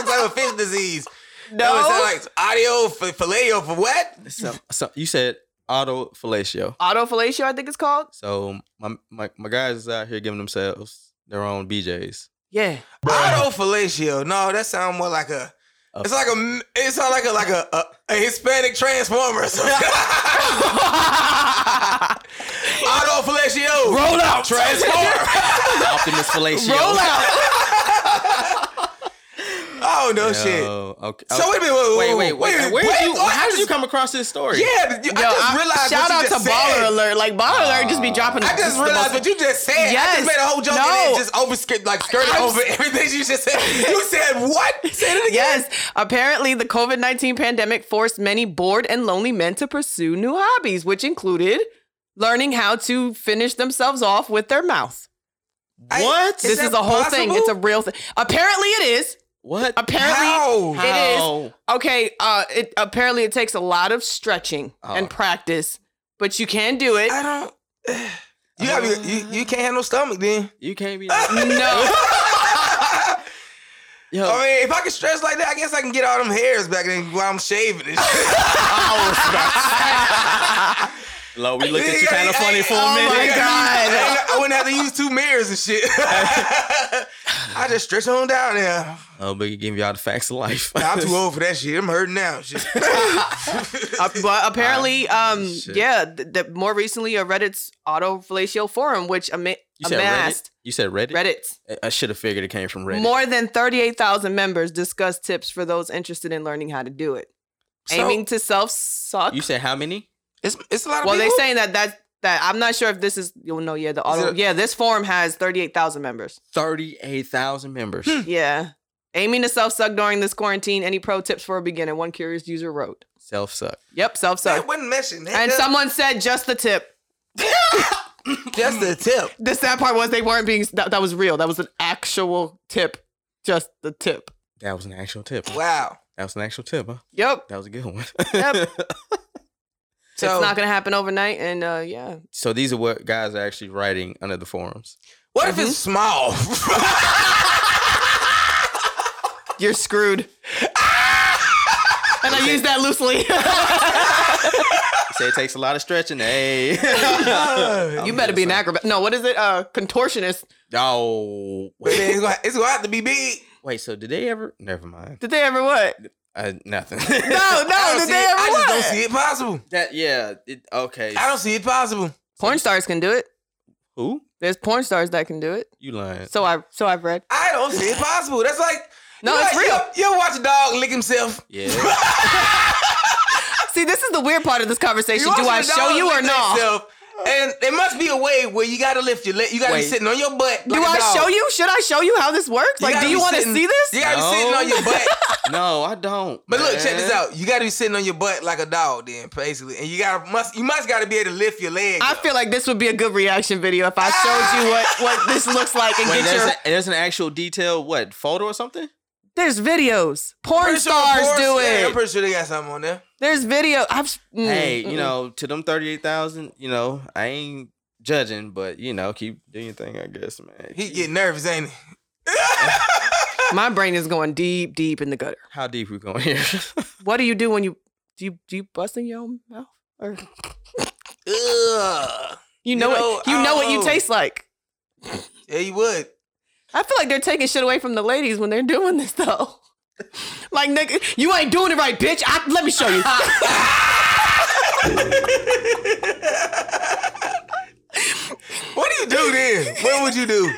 [SPEAKER 5] type of fish disease. That would sound
[SPEAKER 4] No,
[SPEAKER 5] like audio for filet for what?
[SPEAKER 2] Some, some, you said auto fellatio.
[SPEAKER 4] auto fellatio, I think it's called.
[SPEAKER 2] So my, my my guys is out here giving themselves their own
[SPEAKER 5] [laughs]
[SPEAKER 2] BJ's.
[SPEAKER 4] Yeah,
[SPEAKER 5] Auto fellatio. No, that sound more like a.
[SPEAKER 2] A-
[SPEAKER 5] It's like a. It sound like a like a, a, a Hispanic transformer. Or something. [laughs] Auto fellatio. Roll out.
[SPEAKER 4] [laughs]
[SPEAKER 5] Transform.
[SPEAKER 2] Optimus fellatio.
[SPEAKER 4] roll out.
[SPEAKER 5] oh no
[SPEAKER 2] Yo,
[SPEAKER 5] shit.
[SPEAKER 2] Okay.
[SPEAKER 5] So wait a minute. Wait,
[SPEAKER 2] wait, wait, wait.
[SPEAKER 5] a minute,
[SPEAKER 2] Where did you?
[SPEAKER 5] what?
[SPEAKER 2] How did you come across this story?
[SPEAKER 5] Yeah, you- I
[SPEAKER 4] Yo,
[SPEAKER 5] just
[SPEAKER 4] I-
[SPEAKER 5] realized.
[SPEAKER 4] shout
[SPEAKER 5] what you
[SPEAKER 4] out to
[SPEAKER 5] just said.
[SPEAKER 4] Baller Alert. Like Baller Alert just be dropping.
[SPEAKER 5] I just realized what you just said. I
[SPEAKER 4] Yes.
[SPEAKER 5] just made a whole joke and
[SPEAKER 4] No.
[SPEAKER 5] then just overskirted, like skirted
[SPEAKER 4] I'm-
[SPEAKER 5] over everything you just said. You said what? [laughs] Say it again.
[SPEAKER 4] Yes, apparently the COVID 19 pandemic forced many bored and lonely men to pursue new hobbies, which included learning how to finish themselves off with their mouth.
[SPEAKER 5] I-
[SPEAKER 2] What?
[SPEAKER 5] Is
[SPEAKER 4] this
[SPEAKER 5] that
[SPEAKER 4] is a whole thing.
[SPEAKER 5] possible?
[SPEAKER 4] It's a real thing. Apparently it is.
[SPEAKER 5] [laughs]
[SPEAKER 2] What?
[SPEAKER 4] Apparently
[SPEAKER 5] How?
[SPEAKER 4] it is.
[SPEAKER 2] How?
[SPEAKER 4] Okay, uh it apparently it takes a lot of stretching
[SPEAKER 2] Oh.
[SPEAKER 4] and practice, but you can do it.
[SPEAKER 5] I don't. [sighs] You, gotta be, you you can't have no stomach then.
[SPEAKER 2] You can't
[SPEAKER 5] [laughs]
[SPEAKER 2] be. mm,
[SPEAKER 4] no.
[SPEAKER 2] Yo, [laughs]
[SPEAKER 5] I mean, if I can stretch like that, I guess I can get all them hairs back then while I'm shaving. And shit.
[SPEAKER 2] Oh, Lo, we looked at you
[SPEAKER 5] Yeah, [laughs]
[SPEAKER 2] kind of
[SPEAKER 5] yeah,
[SPEAKER 2] funny
[SPEAKER 5] yeah,
[SPEAKER 2] for
[SPEAKER 4] oh
[SPEAKER 2] a minute.
[SPEAKER 5] [laughs]
[SPEAKER 4] my God.
[SPEAKER 5] I, I wouldn't have to use two mirrors and shit. [laughs] I just stretch on down there.
[SPEAKER 2] Oh, but you giving y'all the facts of life.
[SPEAKER 5] Nah, I'm too old for that shit. I'm hurting now. and Shit. [laughs]
[SPEAKER 2] [laughs]
[SPEAKER 4] Uh, but apparently, um,
[SPEAKER 2] Ah, shit.
[SPEAKER 4] yeah, th- the, more recently a Reddit's auto fellatio forum, which ama-
[SPEAKER 2] [laughs] You said
[SPEAKER 4] amassed
[SPEAKER 2] Reddit. You said Reddit.
[SPEAKER 4] Reddit's
[SPEAKER 2] I- I should have figured it came from Reddit.
[SPEAKER 4] more than 38,000 members discuss tips for those interested in learning how to do it.
[SPEAKER 5] So-
[SPEAKER 4] Aiming to self suck.
[SPEAKER 2] You said how many?
[SPEAKER 5] It's, it's a lot of
[SPEAKER 4] Well, they
[SPEAKER 5] people.
[SPEAKER 4] saying that that's that I'm not sure if this is you know yeah the auto
[SPEAKER 5] it-
[SPEAKER 4] yeah this forum has 38,000 members.
[SPEAKER 2] Thirty-eight thousand members.
[SPEAKER 5] Hmm.
[SPEAKER 4] yeah. Aiming to self suck during this quarantine. Any pro tips for a beginner? One curious user wrote.
[SPEAKER 2] Self suck.
[SPEAKER 4] Yep, self
[SPEAKER 5] that
[SPEAKER 4] suck.
[SPEAKER 5] wasn't meshing. That
[SPEAKER 4] And
[SPEAKER 5] does-
[SPEAKER 4] someone said just the tip.
[SPEAKER 5] just the tip.
[SPEAKER 4] The sad part was they weren't being that, that was real. That was an actual tip. Just the tip.
[SPEAKER 2] That was an actual tip.
[SPEAKER 5] Wow.
[SPEAKER 2] That was an actual tip. Huh?
[SPEAKER 4] Yep.
[SPEAKER 2] That was a good one.
[SPEAKER 4] Yep.
[SPEAKER 5] So
[SPEAKER 4] it's not gonna happen overnight. And uh yeah.
[SPEAKER 2] [laughs] so these are what guys are actually writing under the forums.
[SPEAKER 5] what if
[SPEAKER 4] Mm-hmm.
[SPEAKER 5] it's small? [laughs]
[SPEAKER 4] You're [laughs] screwed. and I use that loosely.
[SPEAKER 2] You say it takes a lot of stretching. Hey. [laughs]
[SPEAKER 5] [laughs]
[SPEAKER 4] you better be an acrobat. No, what is it? Uh contortionist.
[SPEAKER 2] oh.
[SPEAKER 5] But
[SPEAKER 2] Wait,
[SPEAKER 5] then it's gonna, it's gonna have to be big.
[SPEAKER 2] wait, so did they ever? Never mind.
[SPEAKER 4] Did they ever what?
[SPEAKER 2] Uh,
[SPEAKER 5] [laughs]
[SPEAKER 2] nothing.
[SPEAKER 4] [laughs] No,
[SPEAKER 5] I
[SPEAKER 4] no,
[SPEAKER 5] don't
[SPEAKER 4] did
[SPEAKER 5] see
[SPEAKER 4] they
[SPEAKER 5] it-
[SPEAKER 4] ever
[SPEAKER 5] I just
[SPEAKER 4] what?
[SPEAKER 5] don't see it possible.
[SPEAKER 2] [laughs] that, yeah. It, okay.
[SPEAKER 5] I don't see it possible.
[SPEAKER 4] Porn stars can do it.
[SPEAKER 2] Who?
[SPEAKER 4] There's porn stars that can do it.
[SPEAKER 2] You lying.
[SPEAKER 4] So I so I've read.
[SPEAKER 5] I don't see it possible. That's like
[SPEAKER 4] No,
[SPEAKER 5] you
[SPEAKER 4] it's
[SPEAKER 5] like-
[SPEAKER 4] real.
[SPEAKER 5] You, you watch a dog lick himself.
[SPEAKER 2] yeah.
[SPEAKER 4] See, this is the weird part of this conversation.
[SPEAKER 5] watching
[SPEAKER 4] Do I
[SPEAKER 5] a dog
[SPEAKER 4] show you or
[SPEAKER 5] lick
[SPEAKER 4] not?
[SPEAKER 5] himself, And there must be a way where you gotta lift your leg. You gotta
[SPEAKER 2] Wait.
[SPEAKER 5] be sitting on your butt.
[SPEAKER 4] Do I show you? Should I show you how this works? Like, do you want to see this?
[SPEAKER 5] You gotta be sitting
[SPEAKER 2] No.
[SPEAKER 5] on your butt.
[SPEAKER 2] No, I don't.
[SPEAKER 5] But look, check this
[SPEAKER 2] man.
[SPEAKER 5] out. You gotta be sitting on your butt like a dog, then basically, and you gotta must you must gotta be able to lift your leg.
[SPEAKER 4] I
[SPEAKER 5] up.
[SPEAKER 4] feel like this would be a good reaction video if I showed you what, what this looks like and
[SPEAKER 2] Wait,
[SPEAKER 4] get your.
[SPEAKER 2] there's, a- there's an actual detail, what, photo or something?
[SPEAKER 5] Mm-hmm.
[SPEAKER 4] there's videos. Porn
[SPEAKER 5] Pretty sure
[SPEAKER 4] stars
[SPEAKER 5] Forrest-
[SPEAKER 4] do
[SPEAKER 5] yeah,
[SPEAKER 4] it.
[SPEAKER 5] I'm pretty sure they got something on there.
[SPEAKER 4] there's video. I've. s- mm,
[SPEAKER 2] hey, you
[SPEAKER 5] Mm-hmm.
[SPEAKER 4] mm-mm.
[SPEAKER 2] know, to them 38,000, you know, I ain't judging, but, you know, keep doing your thing, I guess, man.
[SPEAKER 5] He get nervous, ain't he?
[SPEAKER 4] mm. my brain is going deep, deep in the gutter.
[SPEAKER 2] How deep we [laughs] going here?
[SPEAKER 4] What do you do when you do you do you bust in your own mouth or
[SPEAKER 5] Ugh.
[SPEAKER 4] you know
[SPEAKER 5] know,
[SPEAKER 4] what you
[SPEAKER 5] I
[SPEAKER 4] know
[SPEAKER 5] don't
[SPEAKER 4] what you
[SPEAKER 5] know.
[SPEAKER 4] taste like?
[SPEAKER 5] Yeah, you would.
[SPEAKER 4] I feel like they're taking shit away from the ladies when they're doing this though. [laughs] like nigga, you ain't doing it right, bitch. I, let me show you.
[SPEAKER 5] What do you do then? What would you do?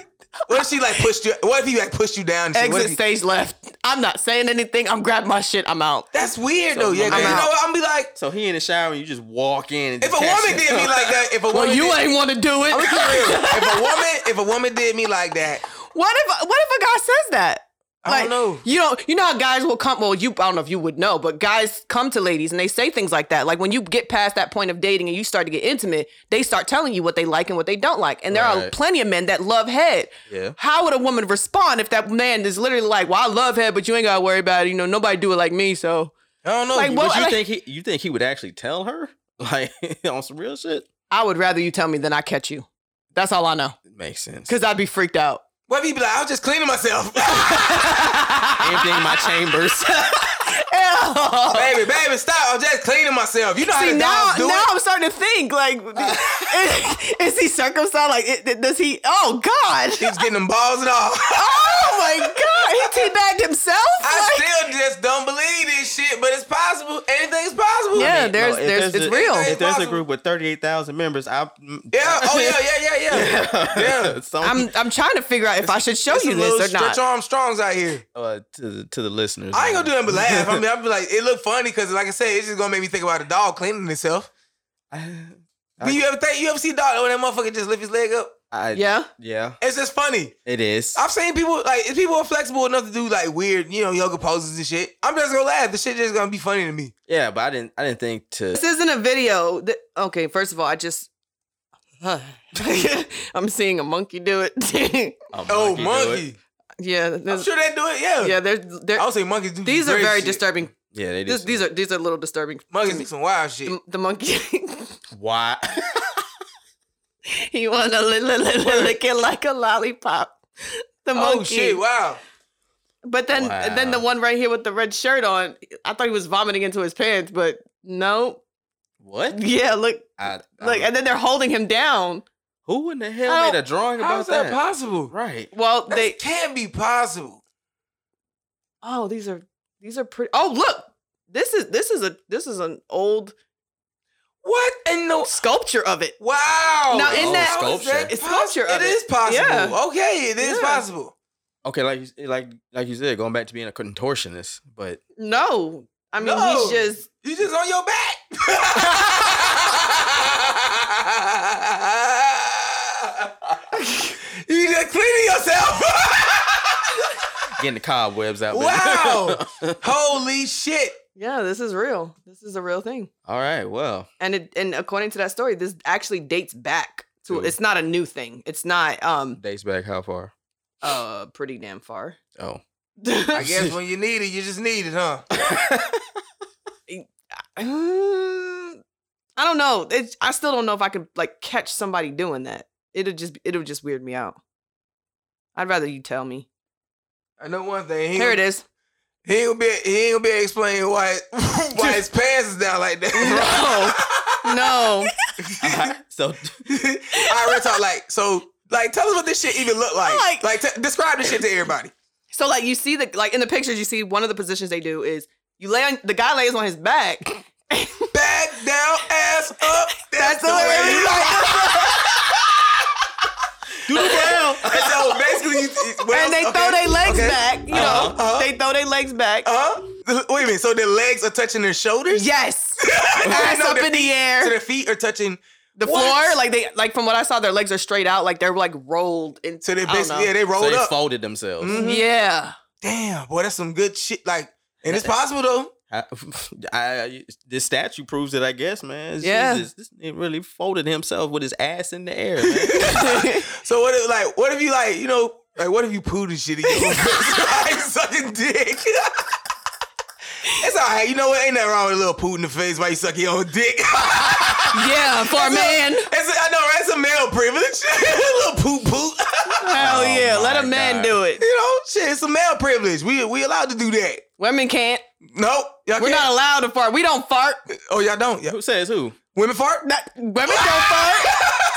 [SPEAKER 5] What if she like pushed you? What if he like pushed you down? And shit? What
[SPEAKER 4] Exit
[SPEAKER 5] if he-
[SPEAKER 4] stage left. I'm not saying anything. I'm grabbing my shit. I'm out.
[SPEAKER 5] That's weird though. Yeah,
[SPEAKER 2] I'm
[SPEAKER 5] 'cause you
[SPEAKER 4] out.
[SPEAKER 5] know what? I'm be like,
[SPEAKER 2] so he in the shower and you just walk in. And
[SPEAKER 5] if a
[SPEAKER 2] just catch
[SPEAKER 5] woman
[SPEAKER 2] him.
[SPEAKER 5] did me like that, if a
[SPEAKER 4] [laughs]
[SPEAKER 5] woman
[SPEAKER 4] Well, you
[SPEAKER 5] did, [laughs]
[SPEAKER 4] ain't want to do
[SPEAKER 5] I'm for
[SPEAKER 4] it.
[SPEAKER 5] real. If a woman, if a woman did me like that,
[SPEAKER 4] [laughs] What if what if a guy says that?
[SPEAKER 5] I don't know.
[SPEAKER 4] You know, you know how guys will come. Well, you I don't know if you would know, but guys come to ladies and they say things like that. Like when you get past that point of dating and you start to get intimate, they start telling you what they like and what they don't like. And there are
[SPEAKER 2] Right.
[SPEAKER 4] plenty of men that love head.
[SPEAKER 2] Yeah.
[SPEAKER 4] How would a woman respond if that man is literally like, "Well, I love head, but you ain't gotta worry about it. You know, nobody do it like me." So
[SPEAKER 5] I don't know.
[SPEAKER 4] Like,
[SPEAKER 2] But
[SPEAKER 4] what-
[SPEAKER 2] you think he you think he would actually tell her? [laughs] Like on some real shit?
[SPEAKER 4] I would rather you tell me than I catch you. That's all I know,
[SPEAKER 2] It makes sense.
[SPEAKER 4] [laughs] because I'd be freaked
[SPEAKER 5] [laughs]
[SPEAKER 4] out.
[SPEAKER 5] what if he be like, I was just cleaning myself, [laughs]
[SPEAKER 2] Anything in my chambers.
[SPEAKER 4] [laughs] Ew.
[SPEAKER 5] baby, baby, stop. I'm just cleaning myself. You know how
[SPEAKER 4] See
[SPEAKER 5] the
[SPEAKER 4] now,
[SPEAKER 5] dogs do
[SPEAKER 4] now
[SPEAKER 5] it.
[SPEAKER 4] I'm starting to think
[SPEAKER 5] [laughs]
[SPEAKER 4] like, [laughs] is, is he circumcised? Like, it, does he? Oh God! [laughs]
[SPEAKER 5] He's getting them balls and all. [laughs]
[SPEAKER 4] Oh my God! He teabagged himself.
[SPEAKER 5] I
[SPEAKER 4] Like,
[SPEAKER 5] still just don't believe this shit, but it's possible. Anything's possible.
[SPEAKER 4] Yeah,
[SPEAKER 2] No,
[SPEAKER 4] there's,
[SPEAKER 2] if
[SPEAKER 4] there's, it's
[SPEAKER 2] a-
[SPEAKER 4] real.
[SPEAKER 2] If there's a
[SPEAKER 5] Possible.
[SPEAKER 2] group with 38,000 members, I
[SPEAKER 5] Yeah.
[SPEAKER 2] [laughs]
[SPEAKER 5] Oh
[SPEAKER 4] [laughs]
[SPEAKER 5] yeah. Yeah. Yeah. Yeah. Yeah.
[SPEAKER 2] Some-
[SPEAKER 4] I'm, I'm trying to figure out if I should show
[SPEAKER 5] It's
[SPEAKER 4] you
[SPEAKER 5] a little
[SPEAKER 4] this or
[SPEAKER 5] Stretch
[SPEAKER 4] not.
[SPEAKER 5] Armstrongs out here.
[SPEAKER 2] uh, to the to the listeners.
[SPEAKER 5] I ain't gonna do
[SPEAKER 2] man.
[SPEAKER 5] nothing but laugh. I
[SPEAKER 2] [laughs]
[SPEAKER 5] mean, I'll be like, it look funny because, like I said, it's just gonna make me think about a dog cleaning itself. Do you ever think you ever see a dog when that motherfucker just lift his leg up?
[SPEAKER 2] I,
[SPEAKER 4] Yeah,
[SPEAKER 2] yeah,
[SPEAKER 5] It's just funny.
[SPEAKER 2] it is.
[SPEAKER 5] I've seen people like if people are flexible enough to do like weird, you know, yoga poses and shit. I'm just gonna laugh. The shit just gonna be funny to me.
[SPEAKER 2] yeah, but I didn't. I didn't think to.
[SPEAKER 4] this isn't a video. Th- okay, first of all, I just. [sighs] I'm seeing a monkey do it. [laughs]
[SPEAKER 2] a
[SPEAKER 5] Oh,
[SPEAKER 2] do it.
[SPEAKER 5] monkey!
[SPEAKER 4] yeah,
[SPEAKER 5] I'm
[SPEAKER 4] there's-
[SPEAKER 5] sure they do it. Yeah.
[SPEAKER 4] yeah. There's, there,
[SPEAKER 5] I would say monkeys do.
[SPEAKER 4] these are
[SPEAKER 5] some crazy
[SPEAKER 4] very
[SPEAKER 5] shit.
[SPEAKER 4] disturbing.
[SPEAKER 2] Yeah, they
[SPEAKER 4] This,
[SPEAKER 2] just
[SPEAKER 4] these are these are a little disturbing.
[SPEAKER 5] Monkeys do some wild shit.
[SPEAKER 4] The, the monkey. [laughs]
[SPEAKER 2] why. [laughs]
[SPEAKER 4] He wanna li- li- li- li- lick it like a lollipop. The monkey.
[SPEAKER 5] Oh shit! Wow.
[SPEAKER 4] But then, then the
[SPEAKER 2] Wow.
[SPEAKER 4] one right here with the red shirt on. I thought he was vomiting into his pants, but no.
[SPEAKER 2] what?
[SPEAKER 4] Yeah, look,
[SPEAKER 2] I, I
[SPEAKER 5] Oh.
[SPEAKER 4] look,
[SPEAKER 2] don't-
[SPEAKER 4] and then they're holding him down.
[SPEAKER 2] who in the
[SPEAKER 4] I
[SPEAKER 2] hell
[SPEAKER 4] don't-
[SPEAKER 2] made a drawing
[SPEAKER 5] How
[SPEAKER 2] about
[SPEAKER 5] is that,
[SPEAKER 2] that?
[SPEAKER 5] possible?
[SPEAKER 2] Right.
[SPEAKER 4] Well,
[SPEAKER 5] That
[SPEAKER 4] they.
[SPEAKER 5] can't be possible.
[SPEAKER 4] Oh, these are these are pretty. Oh, look, this is this is a this is an old
[SPEAKER 5] What in the
[SPEAKER 4] sculpture of it.
[SPEAKER 5] Wow.
[SPEAKER 4] Now, in Oh, that-
[SPEAKER 2] sculpture.
[SPEAKER 4] It's sculpture of
[SPEAKER 5] It
[SPEAKER 4] it.
[SPEAKER 5] is possible.
[SPEAKER 4] Yeah.
[SPEAKER 5] Okay, it is
[SPEAKER 4] Yeah.
[SPEAKER 5] possible.
[SPEAKER 2] Okay, like you s- like like you said, going back to being a contortionist, but
[SPEAKER 4] No, I mean
[SPEAKER 5] No.
[SPEAKER 4] he's just.
[SPEAKER 5] You just on your back. [laughs] you just cleaning yourself. [laughs]
[SPEAKER 2] getting the cobwebs out. baby.
[SPEAKER 5] wow. Holy shit.
[SPEAKER 4] Yeah, this is real. This is a real thing.
[SPEAKER 2] [laughs] All right. Well,
[SPEAKER 4] and it and according to that story this actually dates back to
[SPEAKER 2] Ooh.
[SPEAKER 4] it's not a new thing it's not um
[SPEAKER 2] dates back how far?
[SPEAKER 4] uh pretty damn far
[SPEAKER 2] Oh,
[SPEAKER 4] [laughs]
[SPEAKER 5] I guess when you need it, you just need it, huh?
[SPEAKER 4] Mm, i don't know it's, i still don't know if i could like catch somebody doing that it'll just it'll just weird me out i'd rather you tell me
[SPEAKER 5] I know one thing. He,
[SPEAKER 4] here it
[SPEAKER 5] [laughs]
[SPEAKER 4] is
[SPEAKER 5] He ain't gonna be. He ain't gonna be explaining why [laughs] why
[SPEAKER 4] [laughs]
[SPEAKER 5] his pants is down like [laughs]
[SPEAKER 4] no
[SPEAKER 5] that. [laughs]
[SPEAKER 4] no
[SPEAKER 2] Alright, [laughs] [laughs] so
[SPEAKER 5] All right, real talk. Like, so, like, tell us what this shit even look like.
[SPEAKER 4] Like-
[SPEAKER 5] Like, t- describe this shit to everybody.
[SPEAKER 4] so like you see the like in the pictures you see one of the positions they do is you lay on the guy lays on his back
[SPEAKER 5] Back down, ass
[SPEAKER 4] [laughs]
[SPEAKER 5] up. That's, the way you like.
[SPEAKER 2] do the down.
[SPEAKER 5] [laughs] And so basically, you, well,
[SPEAKER 4] and they throw
[SPEAKER 5] okay,
[SPEAKER 4] their legs
[SPEAKER 5] okay.
[SPEAKER 4] back you know
[SPEAKER 2] Uh-huh,
[SPEAKER 5] uh-huh.
[SPEAKER 4] they throw their legs back
[SPEAKER 5] Uh-huh. Wait a minute. So their legs are touching their shoulders.
[SPEAKER 4] Yes.
[SPEAKER 5] [laughs] I
[SPEAKER 4] Ass
[SPEAKER 5] know
[SPEAKER 4] up
[SPEAKER 5] their
[SPEAKER 4] in the
[SPEAKER 5] So
[SPEAKER 4] air.
[SPEAKER 5] their feet are touching
[SPEAKER 4] The
[SPEAKER 5] What?
[SPEAKER 4] floor, like they, like from what I saw, their legs are straight out, like they're like rolled into.
[SPEAKER 5] So
[SPEAKER 4] I
[SPEAKER 5] they
[SPEAKER 4] don't know.
[SPEAKER 5] basically yeah, they rolled
[SPEAKER 2] so they
[SPEAKER 5] up.
[SPEAKER 2] folded themselves.
[SPEAKER 4] Mm-hmm.
[SPEAKER 5] Mhm.
[SPEAKER 4] Yeah.
[SPEAKER 5] Damn, boy, that's some good shit. Like, and it's possible though.
[SPEAKER 2] I, Mm-hmm. I- [laughs] this statue proves it, I guess, man. It's-
[SPEAKER 4] Yeah.
[SPEAKER 2] Jesus, this nigga really folded himself with his ass in the air. [laughs] Man.
[SPEAKER 5] So what if like what if you like, you know, like what if you pooed and
[SPEAKER 4] [laughs]
[SPEAKER 5] shit [laughs] again? like sucking dick. [laughs] it's all right. You know what? Ain't nothing wrong with a little poo in the face while you suck your own dick. [laughs]
[SPEAKER 4] [laughs] Yeah, for a man.
[SPEAKER 5] It's I know that's a male privilege. [laughs] a little poo poo.
[SPEAKER 4] Hell
[SPEAKER 2] Oh
[SPEAKER 4] yeah, let
[SPEAKER 2] my
[SPEAKER 4] a man
[SPEAKER 2] God.
[SPEAKER 4] do it.
[SPEAKER 5] [laughs] you know, shit, it's a male privilege. We we allowed to do that.
[SPEAKER 4] Women can't.
[SPEAKER 5] Nope. Y'all
[SPEAKER 4] We're not
[SPEAKER 5] can't.
[SPEAKER 4] allowed to fart. We don't fart.
[SPEAKER 5] oh, y'all don't. Y'all-
[SPEAKER 2] who says who?
[SPEAKER 5] Women fart?
[SPEAKER 4] Not- women [laughs] don't fart.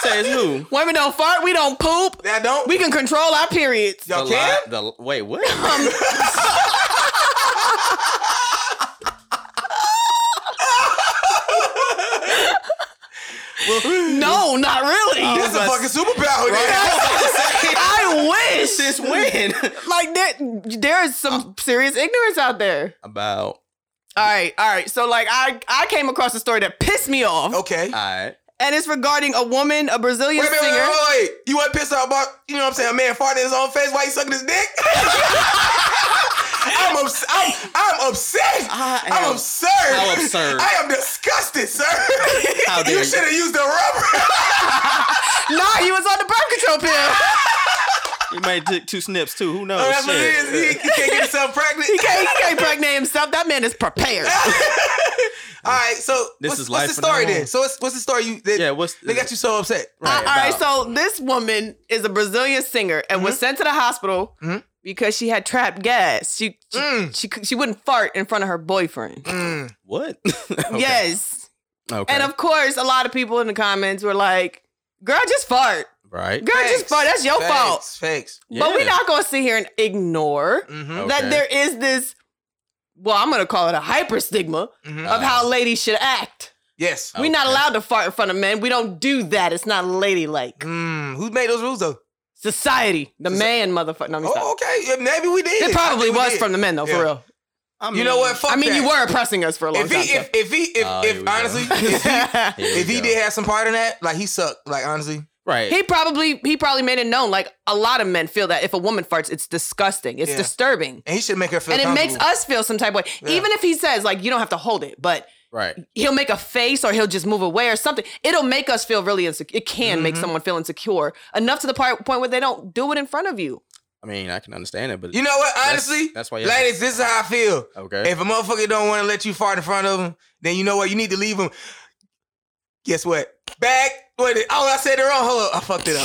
[SPEAKER 2] Says who?
[SPEAKER 4] Women don't fart. We don't poop.
[SPEAKER 5] Y'all don't.
[SPEAKER 4] We can control our periods. Um,
[SPEAKER 5] y'all
[SPEAKER 2] the
[SPEAKER 5] can?
[SPEAKER 2] li- the wait, [laughs]
[SPEAKER 4] [laughs]
[SPEAKER 2] what?
[SPEAKER 4] No, not really.
[SPEAKER 5] That's a fucking superpower.
[SPEAKER 4] [laughs] I wish.
[SPEAKER 2] Since when?
[SPEAKER 4] Like there, there is some serious ignorance out there.
[SPEAKER 2] [laughs] About
[SPEAKER 4] All right, all right. So like I, I came across a story that pissed me off,
[SPEAKER 5] [laughs] Okay.
[SPEAKER 2] all right.
[SPEAKER 4] and it's regarding a woman, a Brazilian
[SPEAKER 5] Wait, wait, wait,
[SPEAKER 4] singer.
[SPEAKER 5] wait, wait. You want pissed off about, you know what I'm saying, a man farting in his own face while he's sucking his dick? [laughs] I'm, ups- I'm, I'm upset.
[SPEAKER 2] I
[SPEAKER 5] I'm
[SPEAKER 2] am-
[SPEAKER 5] absurd.
[SPEAKER 2] how absurd.
[SPEAKER 5] I am disgusted, sir.
[SPEAKER 2] How dare
[SPEAKER 5] you
[SPEAKER 2] you.
[SPEAKER 5] should have used the rubber.
[SPEAKER 4] Nah, he was on the birth control pill. [laughs]
[SPEAKER 2] You might take two snips too. Who knows?
[SPEAKER 5] Oh, [laughs] that's what it
[SPEAKER 2] Shit.
[SPEAKER 5] is. He, he can't get himself pregnant.
[SPEAKER 2] [laughs]
[SPEAKER 4] He can't, he can't pregnant himself. That man is prepared.
[SPEAKER 5] [laughs]
[SPEAKER 4] Uh,
[SPEAKER 5] All right, so
[SPEAKER 2] This
[SPEAKER 5] what's,
[SPEAKER 2] is
[SPEAKER 5] what's
[SPEAKER 2] life from
[SPEAKER 5] the
[SPEAKER 2] now
[SPEAKER 5] story then?
[SPEAKER 2] on.
[SPEAKER 5] So what's, what's the story? You that,
[SPEAKER 2] Yeah, what's
[SPEAKER 5] they got you so upset?
[SPEAKER 4] Uh, all right,
[SPEAKER 2] about-
[SPEAKER 4] so this woman is a Brazilian singer and
[SPEAKER 5] Mm-hmm.
[SPEAKER 4] was sent to the hospital
[SPEAKER 5] Mhm.
[SPEAKER 4] because she had trapped gas. She she,
[SPEAKER 5] Mm.
[SPEAKER 4] she cou- she wouldn't fart in front of her boyfriend.
[SPEAKER 5] Mm.
[SPEAKER 2] what? Okay.
[SPEAKER 4] Yes,
[SPEAKER 2] Okay.
[SPEAKER 4] and of course, a lot of people in the comments were like, "Girl, just fart.
[SPEAKER 2] right.
[SPEAKER 4] Girl, just
[SPEAKER 5] Facts.
[SPEAKER 4] fart. That's your
[SPEAKER 5] Facts,
[SPEAKER 4] fault."
[SPEAKER 5] Facts.
[SPEAKER 4] But we're
[SPEAKER 2] Yeah.
[SPEAKER 4] not gonna sit here and ignore
[SPEAKER 5] Mm-hmm.
[SPEAKER 2] Okay.
[SPEAKER 4] that there is this. Well, I'm gonna call it a hyper stigma
[SPEAKER 5] Mhm.
[SPEAKER 4] of how ladies should act.
[SPEAKER 5] Yes.
[SPEAKER 4] We're not
[SPEAKER 2] Okay.
[SPEAKER 4] allowed to fart in front of men. We don't do that. It's not ladylike.
[SPEAKER 5] Mm. Who made those rules though?
[SPEAKER 4] Society, the man, motherfucker. No, let me stop.
[SPEAKER 5] Oh, okay. Yeah, maybe we did.
[SPEAKER 4] It
[SPEAKER 5] I
[SPEAKER 4] probably
[SPEAKER 5] think we
[SPEAKER 4] was
[SPEAKER 5] did.
[SPEAKER 4] from the men though,
[SPEAKER 5] Yeah.
[SPEAKER 4] for real.
[SPEAKER 2] I
[SPEAKER 5] You know what? Fuck
[SPEAKER 4] I mean,
[SPEAKER 5] that.
[SPEAKER 4] you were oppressing us for a long
[SPEAKER 5] If
[SPEAKER 4] time.
[SPEAKER 5] he, if, if he, if,
[SPEAKER 2] Oh, here we
[SPEAKER 5] if
[SPEAKER 2] go.
[SPEAKER 5] honestly, if he,
[SPEAKER 4] so.
[SPEAKER 2] Here we
[SPEAKER 5] if he
[SPEAKER 2] go.
[SPEAKER 5] did have some part in that, like he sucked. Like honestly,
[SPEAKER 2] right.
[SPEAKER 4] [laughs] he probably he probably made it known. Like a lot of men feel that if a woman farts, it's disgusting, it's
[SPEAKER 5] Yeah.
[SPEAKER 4] disturbing,
[SPEAKER 5] and he should make her feel.
[SPEAKER 4] and it makes
[SPEAKER 5] comfortable.
[SPEAKER 4] us feel some type of way.
[SPEAKER 5] Yeah.
[SPEAKER 4] Even if he says like you don't have to hold it, but
[SPEAKER 2] right.
[SPEAKER 4] he'll make a face or he'll just move away or something. It'll make us feel really insecure. It can make
[SPEAKER 2] Mm-hmm.
[SPEAKER 4] someone feel insecure enough to the part, point where they don't do it in front of you.
[SPEAKER 2] I mean, I can understand it, but
[SPEAKER 5] You know what?
[SPEAKER 2] That's-
[SPEAKER 5] Honestly,
[SPEAKER 2] that's why y'all-
[SPEAKER 5] ladies, this is how I feel.
[SPEAKER 2] okay.
[SPEAKER 5] If a motherfucker don't want to let you fart in front of him, then you know what? You need to leave him. Guess what? Back. Wait. Oh, I said it wrong. Hold up. I fucked it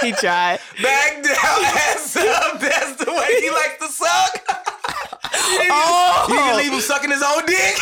[SPEAKER 4] [laughs]
[SPEAKER 5] up.
[SPEAKER 4] He [laughs] tried.
[SPEAKER 5] Back
[SPEAKER 4] [laughs]
[SPEAKER 5] down, ass up. That's the way he likes to suck.
[SPEAKER 4] oh,
[SPEAKER 5] You need to leave him sucking his own dick.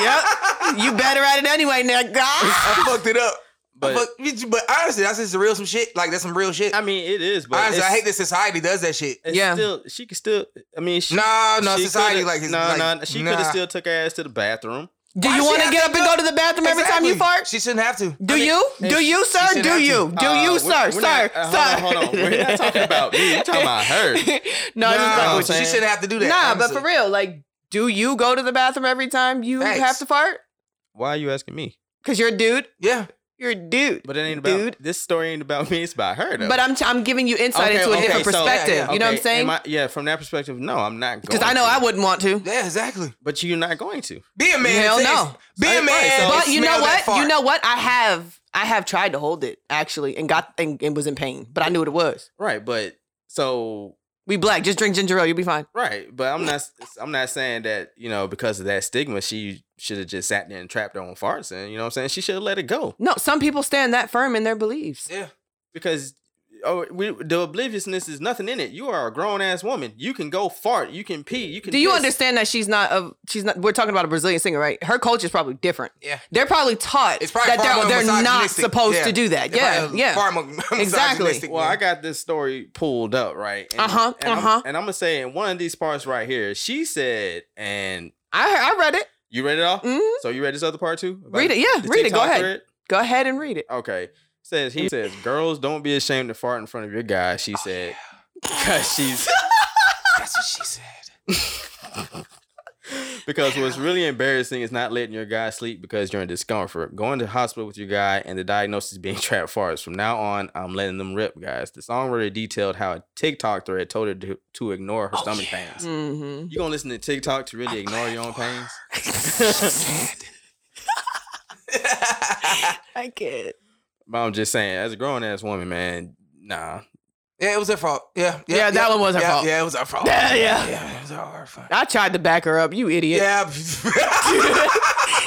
[SPEAKER 4] yep. You better at it
[SPEAKER 2] [laughs]
[SPEAKER 4] anyway, nigga.
[SPEAKER 5] I fucked it up.
[SPEAKER 2] But-
[SPEAKER 5] But, but, honestly, that's just real some shit. Like that's some real shit.
[SPEAKER 2] I mean, it is, but
[SPEAKER 5] honestly, I
[SPEAKER 2] it's-
[SPEAKER 5] hate that society does that shit.
[SPEAKER 2] it's
[SPEAKER 4] Yeah.
[SPEAKER 2] Still, she could still. I mean, she,
[SPEAKER 5] No, no,
[SPEAKER 2] she
[SPEAKER 5] society
[SPEAKER 2] coulda-
[SPEAKER 5] like is
[SPEAKER 2] no,
[SPEAKER 5] like,
[SPEAKER 2] no. She could
[SPEAKER 5] nah.
[SPEAKER 2] have still took her ass to the bathroom.
[SPEAKER 4] Do
[SPEAKER 5] Why
[SPEAKER 4] you
[SPEAKER 5] she
[SPEAKER 4] want to
[SPEAKER 5] have
[SPEAKER 4] get
[SPEAKER 5] to
[SPEAKER 4] up and go
[SPEAKER 5] go-
[SPEAKER 4] to the bathroom every time you
[SPEAKER 5] Exactly.
[SPEAKER 4] fart?
[SPEAKER 5] She shouldn't have to.
[SPEAKER 4] Do you? Do you, sir?
[SPEAKER 5] shouldn't have
[SPEAKER 4] Do
[SPEAKER 5] to.
[SPEAKER 4] you? Do
[SPEAKER 2] Uh,
[SPEAKER 4] you,
[SPEAKER 2] we're-
[SPEAKER 4] sir?
[SPEAKER 2] we're
[SPEAKER 4] Sir?
[SPEAKER 2] not- uh, hold
[SPEAKER 4] Sir?
[SPEAKER 2] On, hold on. We're not talking about me. We're talking about her.
[SPEAKER 4] [laughs] no, I just
[SPEAKER 5] Nah,
[SPEAKER 4] fucking with
[SPEAKER 2] saying.
[SPEAKER 5] she shouldn't have to do
[SPEAKER 4] you.
[SPEAKER 5] that.
[SPEAKER 4] Nah, but
[SPEAKER 5] honestly.
[SPEAKER 4] for real, like, do you go to the bathroom every time you
[SPEAKER 5] Facts.
[SPEAKER 4] have to fart?
[SPEAKER 2] Why are you asking me?
[SPEAKER 4] Because you're a dude.
[SPEAKER 5] Yeah.
[SPEAKER 4] You're a dude.
[SPEAKER 2] But it ain't about
[SPEAKER 4] Dude.
[SPEAKER 2] this story. Ain't about me. It's about her. Though.
[SPEAKER 4] But I'm, t- I'm giving you insight
[SPEAKER 2] Okay,
[SPEAKER 4] into a
[SPEAKER 2] okay,
[SPEAKER 4] different
[SPEAKER 2] so-
[SPEAKER 4] perspective.
[SPEAKER 5] yeah, yeah.
[SPEAKER 4] You know what
[SPEAKER 2] Okay,
[SPEAKER 4] I'm saying?
[SPEAKER 2] am I- yeah, from that perspective, no, I'm not going.
[SPEAKER 4] Because I know
[SPEAKER 2] to.
[SPEAKER 4] I wouldn't want to.
[SPEAKER 5] Yeah, exactly.
[SPEAKER 2] But you're not going to.
[SPEAKER 5] Be a man.
[SPEAKER 4] Hell
[SPEAKER 5] Hell
[SPEAKER 4] no.
[SPEAKER 5] no. Be a
[SPEAKER 2] Right,
[SPEAKER 5] man.
[SPEAKER 2] so-
[SPEAKER 4] But you know
[SPEAKER 5] smell that
[SPEAKER 4] what?
[SPEAKER 5] fart.
[SPEAKER 4] You know what? I have I have tried to hold it actually, and got and, and was in pain. But I knew what it was.
[SPEAKER 2] Right. But so
[SPEAKER 4] We black. Just drink ginger ale. You'll be fine.
[SPEAKER 2] Right, but I'm not. I'm not saying that you know because of that stigma, she should have just sat there and trapped her own farts, and you know what I'm saying. She should have let it go
[SPEAKER 4] No, some people stand that firm in their beliefs.
[SPEAKER 5] Yeah.
[SPEAKER 2] because oh, we, the obliviousness is nothing in it. You are a grown ass woman. You can go fart. You can pee. You can.
[SPEAKER 4] Do you
[SPEAKER 2] piss.
[SPEAKER 4] understand that she's not of she's not we're talking about a Brazilian singer, right? Her culture is probably different.
[SPEAKER 5] Yeah.
[SPEAKER 4] They're probably taught
[SPEAKER 5] It's probably far
[SPEAKER 4] that
[SPEAKER 5] more
[SPEAKER 4] they're, they're not
[SPEAKER 5] misogynistic.
[SPEAKER 4] supposed
[SPEAKER 5] Yeah.
[SPEAKER 4] to do that.
[SPEAKER 5] It's
[SPEAKER 4] Yeah.
[SPEAKER 5] probably
[SPEAKER 4] Yeah.
[SPEAKER 5] Far [laughs] more
[SPEAKER 4] Exactly.
[SPEAKER 5] misogynistic,
[SPEAKER 2] Well,
[SPEAKER 5] man.
[SPEAKER 2] I got this story pulled up right. And-
[SPEAKER 4] Uh-huh,
[SPEAKER 2] and I'm-
[SPEAKER 4] uh-huh.
[SPEAKER 2] And I'm gonna say in one of these parts right here, she said, and
[SPEAKER 4] I heard, I read it.
[SPEAKER 2] you read it all.
[SPEAKER 4] Mhm.
[SPEAKER 2] So you read this other part too. About
[SPEAKER 4] Read it. Yeah.
[SPEAKER 2] the
[SPEAKER 4] Read it. Go
[SPEAKER 2] TikTok
[SPEAKER 4] ahead.
[SPEAKER 2] thread?
[SPEAKER 4] Go ahead and read it.
[SPEAKER 2] Okay. Says he says, girls, don't be ashamed to fart in front of your guy.
[SPEAKER 5] Oh,
[SPEAKER 2] She said, [laughs]
[SPEAKER 5] [laughs]
[SPEAKER 2] because she's
[SPEAKER 5] That's what she said.
[SPEAKER 2] [laughs] because what's really embarrassing is not letting your guy sleep because you're in discomfort. Going to the hospital with your guy and the diagnosis being [laughs] trap farts. From now on, I'm letting them rip, guys. The songwriter detailed how a TikTok thread told her to, to ignore her
[SPEAKER 5] Oh,
[SPEAKER 2] stomach
[SPEAKER 5] yeah.
[SPEAKER 2] pains.
[SPEAKER 4] Mm-hmm.
[SPEAKER 2] You gonna listen to TikTok to really ignore your own pains?
[SPEAKER 4] I can't.
[SPEAKER 2] But I'm just saying, as a grown ass woman, man, nah.
[SPEAKER 5] yeah, it was her fault. Yeah, yeah,
[SPEAKER 4] Yeah, that one was her
[SPEAKER 5] yeah,
[SPEAKER 4] fault.
[SPEAKER 5] Yeah, it was her fault.
[SPEAKER 4] Yeah, yeah.
[SPEAKER 5] yeah, it was her fault.
[SPEAKER 4] I tried to back her up. You idiot.
[SPEAKER 5] Yeah,
[SPEAKER 4] [laughs]
[SPEAKER 5] [laughs]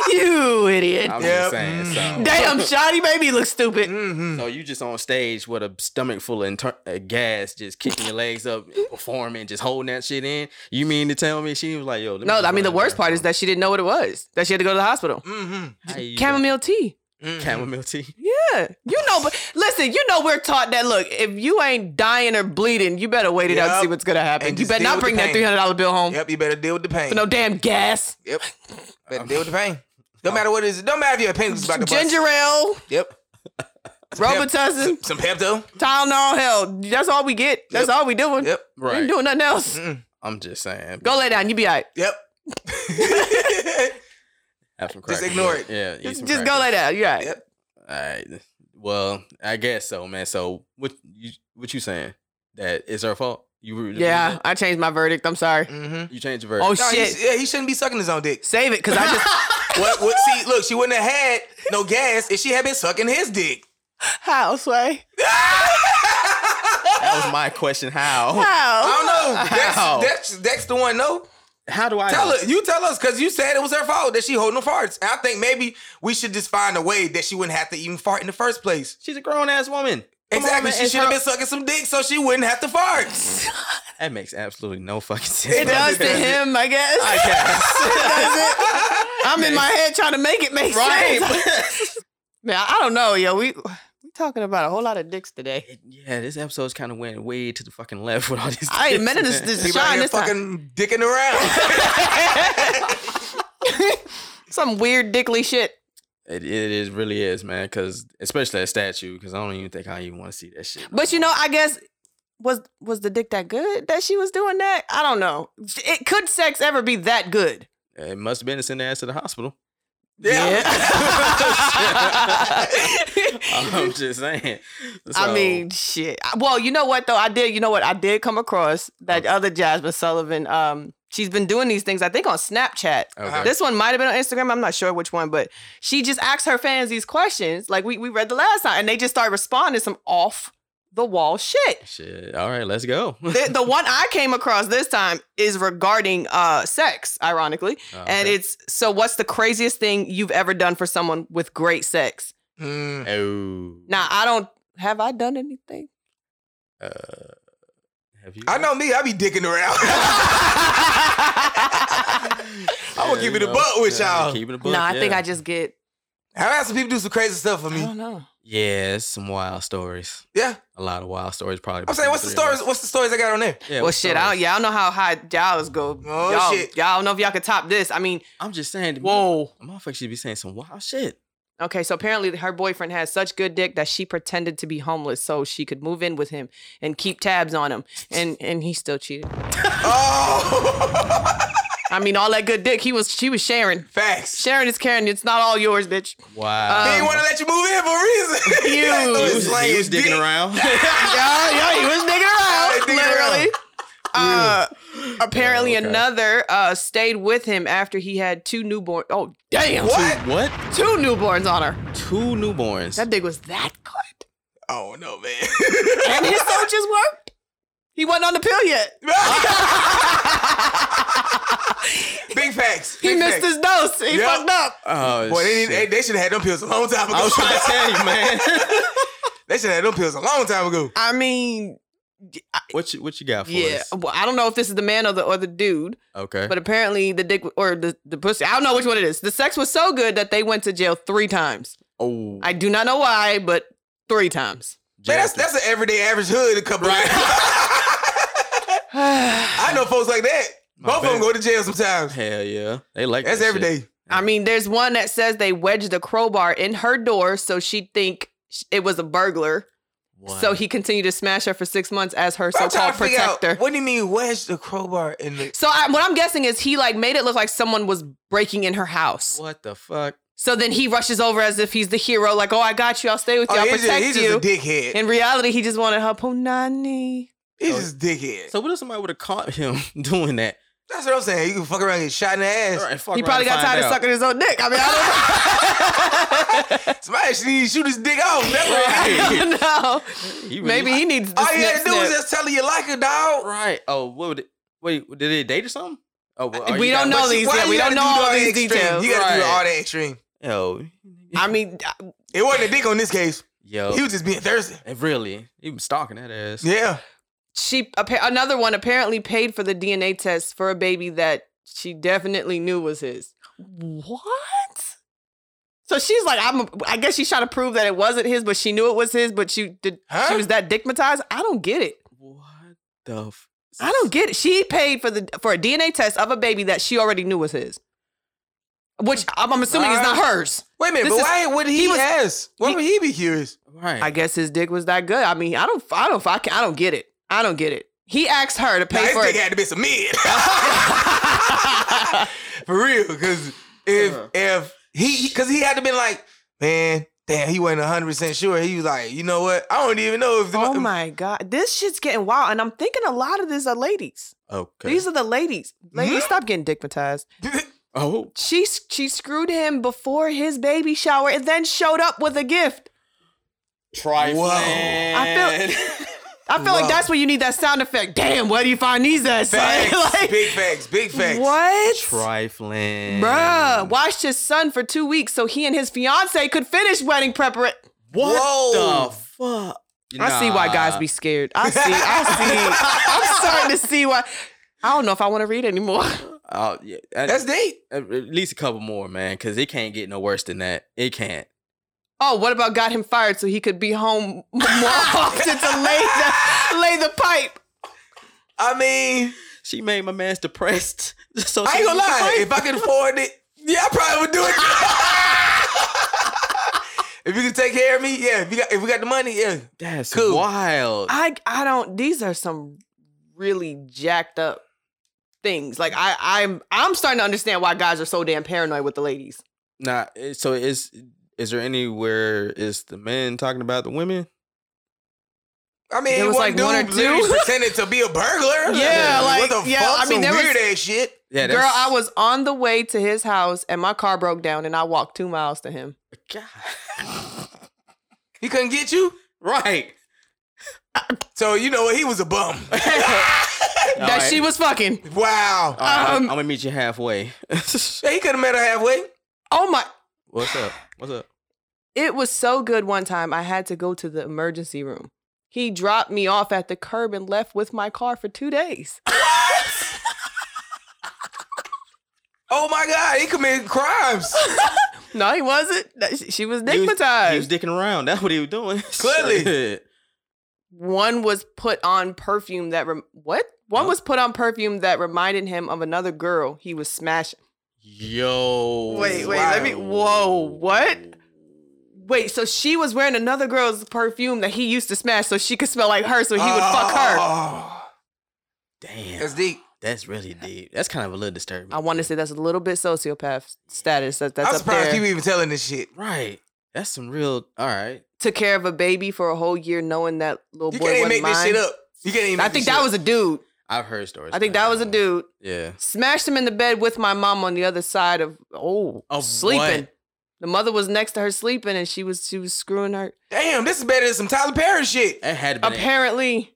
[SPEAKER 4] you idiot.
[SPEAKER 2] I'm just
[SPEAKER 5] Yep. Mm-hmm.
[SPEAKER 2] saying. So.
[SPEAKER 4] [laughs] Damn, Shotty made me look stupid.
[SPEAKER 5] Mhm.
[SPEAKER 2] So you just on stage with a stomach full of inter- uh, gas, just kicking your legs
[SPEAKER 4] [laughs]
[SPEAKER 2] up, performing, just holding that shit in. You mean to tell me she was like, "Yo"? let me
[SPEAKER 4] No,
[SPEAKER 2] just
[SPEAKER 4] I
[SPEAKER 2] go
[SPEAKER 4] mean the
[SPEAKER 2] in
[SPEAKER 4] worst part is
[SPEAKER 2] bathroom.
[SPEAKER 4] that she didn't know what it was. That she had to go to the hospital.
[SPEAKER 5] Mhm.
[SPEAKER 2] How you doing?
[SPEAKER 4] Chamomile tea.
[SPEAKER 5] Mhm.
[SPEAKER 2] chamomile
[SPEAKER 4] [laughs]
[SPEAKER 2] tea.
[SPEAKER 4] Yeah, you know, but listen, you know, we're taught that look, if you ain't dying or bleeding, you better wait it out and
[SPEAKER 5] Yup.
[SPEAKER 4] see what's gonna happen.
[SPEAKER 5] And
[SPEAKER 4] you
[SPEAKER 5] just
[SPEAKER 4] better
[SPEAKER 5] deal
[SPEAKER 4] not
[SPEAKER 5] with the
[SPEAKER 4] bring that
[SPEAKER 5] pain.
[SPEAKER 4] three hundred dollar bill home
[SPEAKER 5] Yep, you better deal with the pain.
[SPEAKER 4] for no damn gas.
[SPEAKER 5] Yep, better deal with the pain. Don't matter what it is. Don't matter if your appendix is about to bust.
[SPEAKER 4] Ginger
[SPEAKER 5] [laughs]
[SPEAKER 4] ale,
[SPEAKER 5] Yep.
[SPEAKER 4] Robitussin,
[SPEAKER 5] Some Pepto.
[SPEAKER 4] Tylenol, hell, that's all we get. That's all we doing.
[SPEAKER 5] Yep.
[SPEAKER 4] We ain't
[SPEAKER 2] Right.
[SPEAKER 4] doing nothing else.
[SPEAKER 5] Mm.
[SPEAKER 2] I'm just saying.
[SPEAKER 4] Go lay down. You be all right.
[SPEAKER 2] [laughs]
[SPEAKER 5] Yep.
[SPEAKER 2] Have some
[SPEAKER 5] Just
[SPEAKER 2] crackers.
[SPEAKER 5] ignore it.
[SPEAKER 2] Yeah. eat
[SPEAKER 4] Just,
[SPEAKER 2] some
[SPEAKER 4] just go
[SPEAKER 2] crackers.
[SPEAKER 4] lay down. You all right.
[SPEAKER 5] Yep.
[SPEAKER 2] All right. Well, I guess so, man. So what you what you saying? That it's her fault? You were-
[SPEAKER 4] Yeah, I changed my verdict. I'm sorry.
[SPEAKER 5] mm-hmm.
[SPEAKER 2] You changed your verdict.
[SPEAKER 4] Oh
[SPEAKER 5] No, he-
[SPEAKER 4] shit.
[SPEAKER 5] yeah, he shouldn't be sucking his own dick.
[SPEAKER 4] Save it, cause I just
[SPEAKER 5] What, what? See, look, she wouldn't have had no gas if she had been sucking his dick.
[SPEAKER 4] [laughs]
[SPEAKER 5] [laughs]
[SPEAKER 4] how Sway.
[SPEAKER 2] that was my question.
[SPEAKER 4] [laughs] Oh,
[SPEAKER 2] How?
[SPEAKER 4] How?
[SPEAKER 5] I
[SPEAKER 2] Wow.
[SPEAKER 5] don't know. That's, that's, that's the one. No,
[SPEAKER 2] How do I
[SPEAKER 5] tell
[SPEAKER 2] know?
[SPEAKER 5] her. You tell us because you said it was her fault that she holding the farts. And I think maybe we should just find a way that she wouldn't have to even fart in the first place.
[SPEAKER 2] She's a grown ass woman. Come on,
[SPEAKER 5] exactly.
[SPEAKER 2] man.
[SPEAKER 5] she
[SPEAKER 2] It's
[SPEAKER 5] should have
[SPEAKER 2] her-
[SPEAKER 5] been sucking some dick so she wouldn't have to fart.
[SPEAKER 2] That makes absolutely no fucking sense.
[SPEAKER 4] It does
[SPEAKER 2] [laughs]
[SPEAKER 4] to him, I guess.
[SPEAKER 2] I guess.
[SPEAKER 4] [laughs] I'm in my head trying to make it make sense. [laughs] Man, I don't know, yo. We we talking about a whole lot of dicks today. [laughs]
[SPEAKER 2] It- yeah, this episode's kind of went way to the fucking left with all these.
[SPEAKER 4] I
[SPEAKER 2] kids,
[SPEAKER 4] admitted this-
[SPEAKER 2] man.
[SPEAKER 5] [laughs]
[SPEAKER 4] this-
[SPEAKER 5] People out
[SPEAKER 4] Shine
[SPEAKER 5] here
[SPEAKER 4] this time.
[SPEAKER 5] fucking dicking around. [laughs]
[SPEAKER 4] Some weird dickly shit.
[SPEAKER 2] It, it is really is, man. Because especially that statue, because I don't even think I even want to see that shit.
[SPEAKER 4] But you know, I guess was was the dick that good that she was doing that? I don't know. It could sex ever be that [laughs] good?
[SPEAKER 2] it must have been to send the ass to the hospital.
[SPEAKER 4] [laughs]
[SPEAKER 2] [laughs]
[SPEAKER 4] Oh,
[SPEAKER 2] I'm just saying.
[SPEAKER 4] I
[SPEAKER 2] So,
[SPEAKER 4] mean, shit. I- Well, you know what though? I did. You know what? I did come across
[SPEAKER 2] Oh.
[SPEAKER 4] that other Jasmine Sullivan. Um, she's been doing these things. I think on Snapchat.
[SPEAKER 2] Oh, Okay.
[SPEAKER 4] This one might have been on Instagram. I'm not sure which one, but she just asked her fans these questions, like we we read the last time, and they just started responding some off the wall shit.
[SPEAKER 2] shit. All right, let's
[SPEAKER 4] [laughs]
[SPEAKER 2] go.
[SPEAKER 4] The, the one I came across this time is regarding uh sex, ironically,
[SPEAKER 2] Oh,
[SPEAKER 4] and it's so. What's the craziest thing you've ever done for someone with great sex?
[SPEAKER 5] Mm.
[SPEAKER 2] [laughs] oh,
[SPEAKER 4] Now, I don't have I done anything.
[SPEAKER 2] Uh, have you?
[SPEAKER 5] I know me. I be dicking around. [laughs] I'm gonna
[SPEAKER 2] Yeah,
[SPEAKER 5] give
[SPEAKER 2] you
[SPEAKER 5] you the
[SPEAKER 2] know,
[SPEAKER 5] butt with
[SPEAKER 2] yeah,
[SPEAKER 4] [laughs]
[SPEAKER 5] y'all.
[SPEAKER 2] Keep it a
[SPEAKER 4] No,
[SPEAKER 2] buck,
[SPEAKER 4] I think
[SPEAKER 2] yeah.
[SPEAKER 4] I just get.
[SPEAKER 5] I've had some people do some crazy stuff for
[SPEAKER 4] I
[SPEAKER 5] me.
[SPEAKER 4] don't know.
[SPEAKER 2] Yeah, it's some wild stories.
[SPEAKER 5] Yeah,
[SPEAKER 2] A lot of wild stories, probably.
[SPEAKER 5] I'm saying,
[SPEAKER 2] between
[SPEAKER 5] what's the
[SPEAKER 2] three of us.
[SPEAKER 5] stories? What's the stories I got on there?
[SPEAKER 2] Yeah,
[SPEAKER 4] well,
[SPEAKER 2] what's
[SPEAKER 4] shit.
[SPEAKER 2] the
[SPEAKER 4] I
[SPEAKER 2] stories?
[SPEAKER 4] don't. Yeah, I don't know how high y'all's go.
[SPEAKER 5] Oh,
[SPEAKER 4] y'all,
[SPEAKER 5] shit.
[SPEAKER 4] Y'all don't know if y'all could top this. I mean,
[SPEAKER 2] I'm just saying.
[SPEAKER 4] whoa.
[SPEAKER 2] A motherfucker should be saying some wild shit.
[SPEAKER 4] Okay, so apparently her boyfriend had such good dick that she pretended to be homeless so she could move in with him and keep tabs on him, and and he still cheated.
[SPEAKER 5] Oh,
[SPEAKER 4] I mean, all that good dick he was she was sharing.
[SPEAKER 5] [laughs] facts.
[SPEAKER 4] Sharing is caring. It's not all yours, bitch.
[SPEAKER 2] Wow.
[SPEAKER 5] He ain't
[SPEAKER 4] Um,
[SPEAKER 5] want to let you move in for a reason. [laughs] He like,
[SPEAKER 4] You.
[SPEAKER 5] "Look,
[SPEAKER 2] he
[SPEAKER 5] it's
[SPEAKER 2] was,
[SPEAKER 5] like
[SPEAKER 2] he was
[SPEAKER 5] his
[SPEAKER 2] digging
[SPEAKER 5] dick." [laughs]
[SPEAKER 2] around. [laughs]
[SPEAKER 4] yeah, yeah, he was
[SPEAKER 5] Yeah,
[SPEAKER 4] digging
[SPEAKER 5] digging
[SPEAKER 4] around, literally. Uh, apparently,
[SPEAKER 2] okay.
[SPEAKER 4] another uh, stayed with him after he had two newborn. Oh, damn,
[SPEAKER 5] What?
[SPEAKER 2] what?
[SPEAKER 4] Two, two newborns on her.
[SPEAKER 2] Two newborns.
[SPEAKER 4] That dick was that good,
[SPEAKER 5] Oh no, man.
[SPEAKER 4] and
[SPEAKER 5] [laughs]
[SPEAKER 2] [laughs]
[SPEAKER 4] his soldiers worked. He wasn't on the pill yet.
[SPEAKER 5] big facts.
[SPEAKER 4] He
[SPEAKER 5] big
[SPEAKER 4] missed
[SPEAKER 5] facts.
[SPEAKER 4] his dose. He
[SPEAKER 5] Yep.
[SPEAKER 4] fucked up.
[SPEAKER 2] oh,
[SPEAKER 5] Boy, they,
[SPEAKER 2] shit.
[SPEAKER 5] need- they, they should have had them pills a long time ago.
[SPEAKER 2] I was
[SPEAKER 5] [laughs]
[SPEAKER 2] trying to tell you, man. [laughs]
[SPEAKER 5] they should have had them pills a long time ago.
[SPEAKER 4] I mean,
[SPEAKER 2] what you what you got for
[SPEAKER 4] yeah.
[SPEAKER 2] us?
[SPEAKER 4] Well, I don't know if this is the man or the or the dude,
[SPEAKER 2] Okay.
[SPEAKER 4] but apparently the dick or the the pussy. I don't know which one it is. The sex was so good that they went to jail three times.
[SPEAKER 2] oh,
[SPEAKER 4] I do not know why, but three times.
[SPEAKER 5] Man, that's that's an everyday average hood. A couple. Of [laughs] I know folks like that.
[SPEAKER 2] My
[SPEAKER 5] Both of them
[SPEAKER 2] bad.
[SPEAKER 5] go to jail sometimes.
[SPEAKER 2] [laughs] hell yeah. They like
[SPEAKER 5] That's
[SPEAKER 2] that
[SPEAKER 5] every
[SPEAKER 2] shit.
[SPEAKER 5] day.
[SPEAKER 4] I mean, there's one that says they wedged a crowbar in her door so she'd think sh- it was a burglar. So he continued to smash her for six months as her
[SPEAKER 5] I'm
[SPEAKER 4] so-called
[SPEAKER 5] trying to figure out,
[SPEAKER 4] protector.
[SPEAKER 5] what do you mean? Where's the crowbar in the?
[SPEAKER 4] so I, what I'm guessing is he like made it look like someone was breaking in her house.
[SPEAKER 2] What the fuck?
[SPEAKER 4] So then he rushes over as if he's the hero, like, "Oh, I got you. I'll stay with you.
[SPEAKER 5] Oh,
[SPEAKER 4] I'll
[SPEAKER 5] he's, just,
[SPEAKER 4] protect
[SPEAKER 5] he's
[SPEAKER 4] you."
[SPEAKER 5] just a dickhead.
[SPEAKER 4] In reality, he just wanted her punani.
[SPEAKER 5] He's just a dickhead.
[SPEAKER 2] So what if somebody would have caught him [laughs] doing that?
[SPEAKER 5] That's what I'm saying. You can fuck around and get shot in the ass.
[SPEAKER 2] All right, fuck
[SPEAKER 4] He
[SPEAKER 2] around
[SPEAKER 4] probably
[SPEAKER 2] and
[SPEAKER 4] got
[SPEAKER 2] find
[SPEAKER 4] tired
[SPEAKER 2] out.
[SPEAKER 4] of sucking his own dick. I mean, I
[SPEAKER 5] Somebody should need to shoot his dick off. That's [laughs] what I
[SPEAKER 2] Right.
[SPEAKER 4] don't know.
[SPEAKER 2] [laughs]
[SPEAKER 4] [laughs] no.
[SPEAKER 2] He really-
[SPEAKER 4] Maybe he needs to
[SPEAKER 5] All you
[SPEAKER 4] snip,
[SPEAKER 5] had to do was
[SPEAKER 4] snip.
[SPEAKER 5] just tell her you like her, dog.
[SPEAKER 2] right. Oh, what would it? Wait, did they date or something? Oh, well, oh,
[SPEAKER 4] We
[SPEAKER 2] you
[SPEAKER 4] don't
[SPEAKER 2] got-
[SPEAKER 4] know
[SPEAKER 5] But
[SPEAKER 4] these
[SPEAKER 5] why
[SPEAKER 4] yet.
[SPEAKER 5] you
[SPEAKER 4] We
[SPEAKER 5] gotta
[SPEAKER 4] don't know all
[SPEAKER 5] do all that
[SPEAKER 4] these
[SPEAKER 5] extreme?
[SPEAKER 4] details.
[SPEAKER 5] You gotta do
[SPEAKER 2] Right.
[SPEAKER 5] all that extreme.
[SPEAKER 2] Yo,
[SPEAKER 4] I mean,
[SPEAKER 5] It wasn't a dick on this case.
[SPEAKER 2] yo,
[SPEAKER 5] He was just being thirsty.
[SPEAKER 2] And really, he was stalking that ass.
[SPEAKER 5] Yeah.
[SPEAKER 4] she appa- another one apparently paid for the DNA test for a baby that she definitely knew was his. What? So she's like, I'm. A, I guess she's trying to prove that it wasn't his, but she knew it was his. But she did. She
[SPEAKER 5] Huh?
[SPEAKER 4] was that digmatized. I don't get it.
[SPEAKER 2] What the? F-
[SPEAKER 4] I don't get it. She paid for the for a DNA test of a baby that she already knew was his, which I'm, I'm assuming is not
[SPEAKER 5] Alright.
[SPEAKER 4] hers.
[SPEAKER 5] Wait a minute,
[SPEAKER 4] This
[SPEAKER 5] but
[SPEAKER 4] is-
[SPEAKER 5] why would he,
[SPEAKER 4] he was-
[SPEAKER 5] ask? Why would he be curious?
[SPEAKER 2] Right.
[SPEAKER 4] I guess his dick was that good. I mean, I don't. I don't. I, can, I don't get it. I don't get it. He asked her to
[SPEAKER 5] Nah,
[SPEAKER 4] pay
[SPEAKER 5] his
[SPEAKER 4] for
[SPEAKER 5] dick
[SPEAKER 4] it.
[SPEAKER 5] had to be some mid. [laughs] For real, because if
[SPEAKER 2] Uh-huh.
[SPEAKER 5] if he because he had to been like, man, damn, he wasn't hundred percent sure. He was like, you know what? I don't even know if the,
[SPEAKER 4] Oh
[SPEAKER 5] [laughs]
[SPEAKER 4] my god, this shit's getting wild, and I'm thinking a lot of these are ladies.
[SPEAKER 2] okay.
[SPEAKER 4] These are the ladies. Ladies,
[SPEAKER 5] Mm-hmm.
[SPEAKER 4] stop getting digmatized.
[SPEAKER 2] oh,
[SPEAKER 4] She s- she screwed him before his baby shower, and then showed up with a gift.
[SPEAKER 2] trifling.
[SPEAKER 4] I [laughs] I feel
[SPEAKER 5] Wow.
[SPEAKER 4] like that's where you need that sound effect. Damn, where do you find these at? son? [laughs]
[SPEAKER 5] facts,
[SPEAKER 4] like,
[SPEAKER 5] big facts, big facts.
[SPEAKER 4] what?
[SPEAKER 2] trifling.
[SPEAKER 4] Bruh, watched his son for two weeks so he and his fiance could finish wedding preparation.
[SPEAKER 2] What
[SPEAKER 5] Whoa.
[SPEAKER 2] the fuck?
[SPEAKER 4] I see why guys be scared. I see. I see. I'm starting to see why. I don't know if I want to read anymore. [laughs]
[SPEAKER 2] Oh yeah. At,
[SPEAKER 5] That's deep.
[SPEAKER 2] at least a couple more, man, because it can't get no worse than that. It can't.
[SPEAKER 4] Oh, what about got him fired so he could be home [laughs] more often to lay the lay the pipe?
[SPEAKER 5] I mean,
[SPEAKER 2] She made my man's depressed. [laughs] just So
[SPEAKER 5] I
[SPEAKER 2] she
[SPEAKER 5] ain't gonna
[SPEAKER 2] can
[SPEAKER 5] lie.
[SPEAKER 2] fight.
[SPEAKER 5] If I could afford it, yeah, I probably would do it. if you could take care of me, yeah. If you got, if we got the money, yeah.
[SPEAKER 2] That's
[SPEAKER 5] Cool.
[SPEAKER 2] wild.
[SPEAKER 4] I I don't. These are some really jacked up things. Like I I'm I'm starting to understand why guys are so damn paranoid with the ladies.
[SPEAKER 2] Nah. it- So is is there anywhere is the men talking about the women?
[SPEAKER 5] I mean,
[SPEAKER 4] There was, like, one or
[SPEAKER 5] dude
[SPEAKER 4] two.
[SPEAKER 5] literally pretended to be a
[SPEAKER 4] [laughs]
[SPEAKER 5] burglar.
[SPEAKER 4] Yeah, like,
[SPEAKER 5] what the
[SPEAKER 4] yeah,
[SPEAKER 5] fuck?
[SPEAKER 4] I mean,
[SPEAKER 5] Some
[SPEAKER 4] there was-
[SPEAKER 5] weird ass shit.
[SPEAKER 2] Yeah,
[SPEAKER 4] Girl, I was on the way to his house and my car broke down and I walked two miles to him. [laughs]
[SPEAKER 2] God.
[SPEAKER 5] He couldn't get you,
[SPEAKER 2] right.
[SPEAKER 5] so you know what? He was a bum.
[SPEAKER 4] [laughs] that she was fucking.
[SPEAKER 5] wow.
[SPEAKER 2] I'm,
[SPEAKER 4] um,
[SPEAKER 2] I'm gonna meet you halfway. [laughs] What's
[SPEAKER 5] Yeah, he could have met her halfway.
[SPEAKER 4] Oh my.
[SPEAKER 2] up? What's up?
[SPEAKER 4] It was so good one time I had to go to the emergency room. He dropped me off at the curb and left with my car for two days.
[SPEAKER 5] Oh my god, he committed crimes.
[SPEAKER 4] No, he wasn't. That- sh- She was
[SPEAKER 2] He was- He
[SPEAKER 4] digmatized.
[SPEAKER 2] was dicking around. That's what he was doing. [laughs]
[SPEAKER 5] Clearly.
[SPEAKER 2] Shit.
[SPEAKER 4] One was put on perfume that rem- what? One was put on perfume that reminded him of another girl he was smashing.
[SPEAKER 2] Yo.
[SPEAKER 4] Wait, wait, let me- whoa, what? Wait, so she was wearing another girl's perfume that he used to smash, so she could smell like her, so [laughs] he would fuck her.
[SPEAKER 5] Oh,
[SPEAKER 2] Damn. That's,
[SPEAKER 5] That's deep.
[SPEAKER 2] really deep. That's kind of a little disturbing.
[SPEAKER 4] I want to say that's a little bit sociopath status. That that's
[SPEAKER 5] I'm
[SPEAKER 4] up there.
[SPEAKER 5] surprised people even telling this shit.
[SPEAKER 2] Right. That's some real. All right.
[SPEAKER 4] Took care of a baby for a whole year, knowing that little
[SPEAKER 5] You
[SPEAKER 4] boy
[SPEAKER 5] can't
[SPEAKER 4] wasn't
[SPEAKER 5] even make
[SPEAKER 4] mine.
[SPEAKER 5] this shit up. You can't even.
[SPEAKER 4] I
[SPEAKER 5] make
[SPEAKER 4] think
[SPEAKER 5] this
[SPEAKER 4] that
[SPEAKER 5] shit
[SPEAKER 4] was a dude.
[SPEAKER 2] I've heard stories.
[SPEAKER 4] I think
[SPEAKER 2] like
[SPEAKER 4] that was a dude.
[SPEAKER 2] Yeah.
[SPEAKER 4] Smashed him in the bed with my mom on the other side of oh
[SPEAKER 2] Of
[SPEAKER 4] sleeping.
[SPEAKER 2] what?
[SPEAKER 4] The mother was next to her sleeping, and she was she was screwing her.
[SPEAKER 5] up. Damn, this is better than some Tyler Perry shit.
[SPEAKER 2] It had to be.
[SPEAKER 4] Apparently,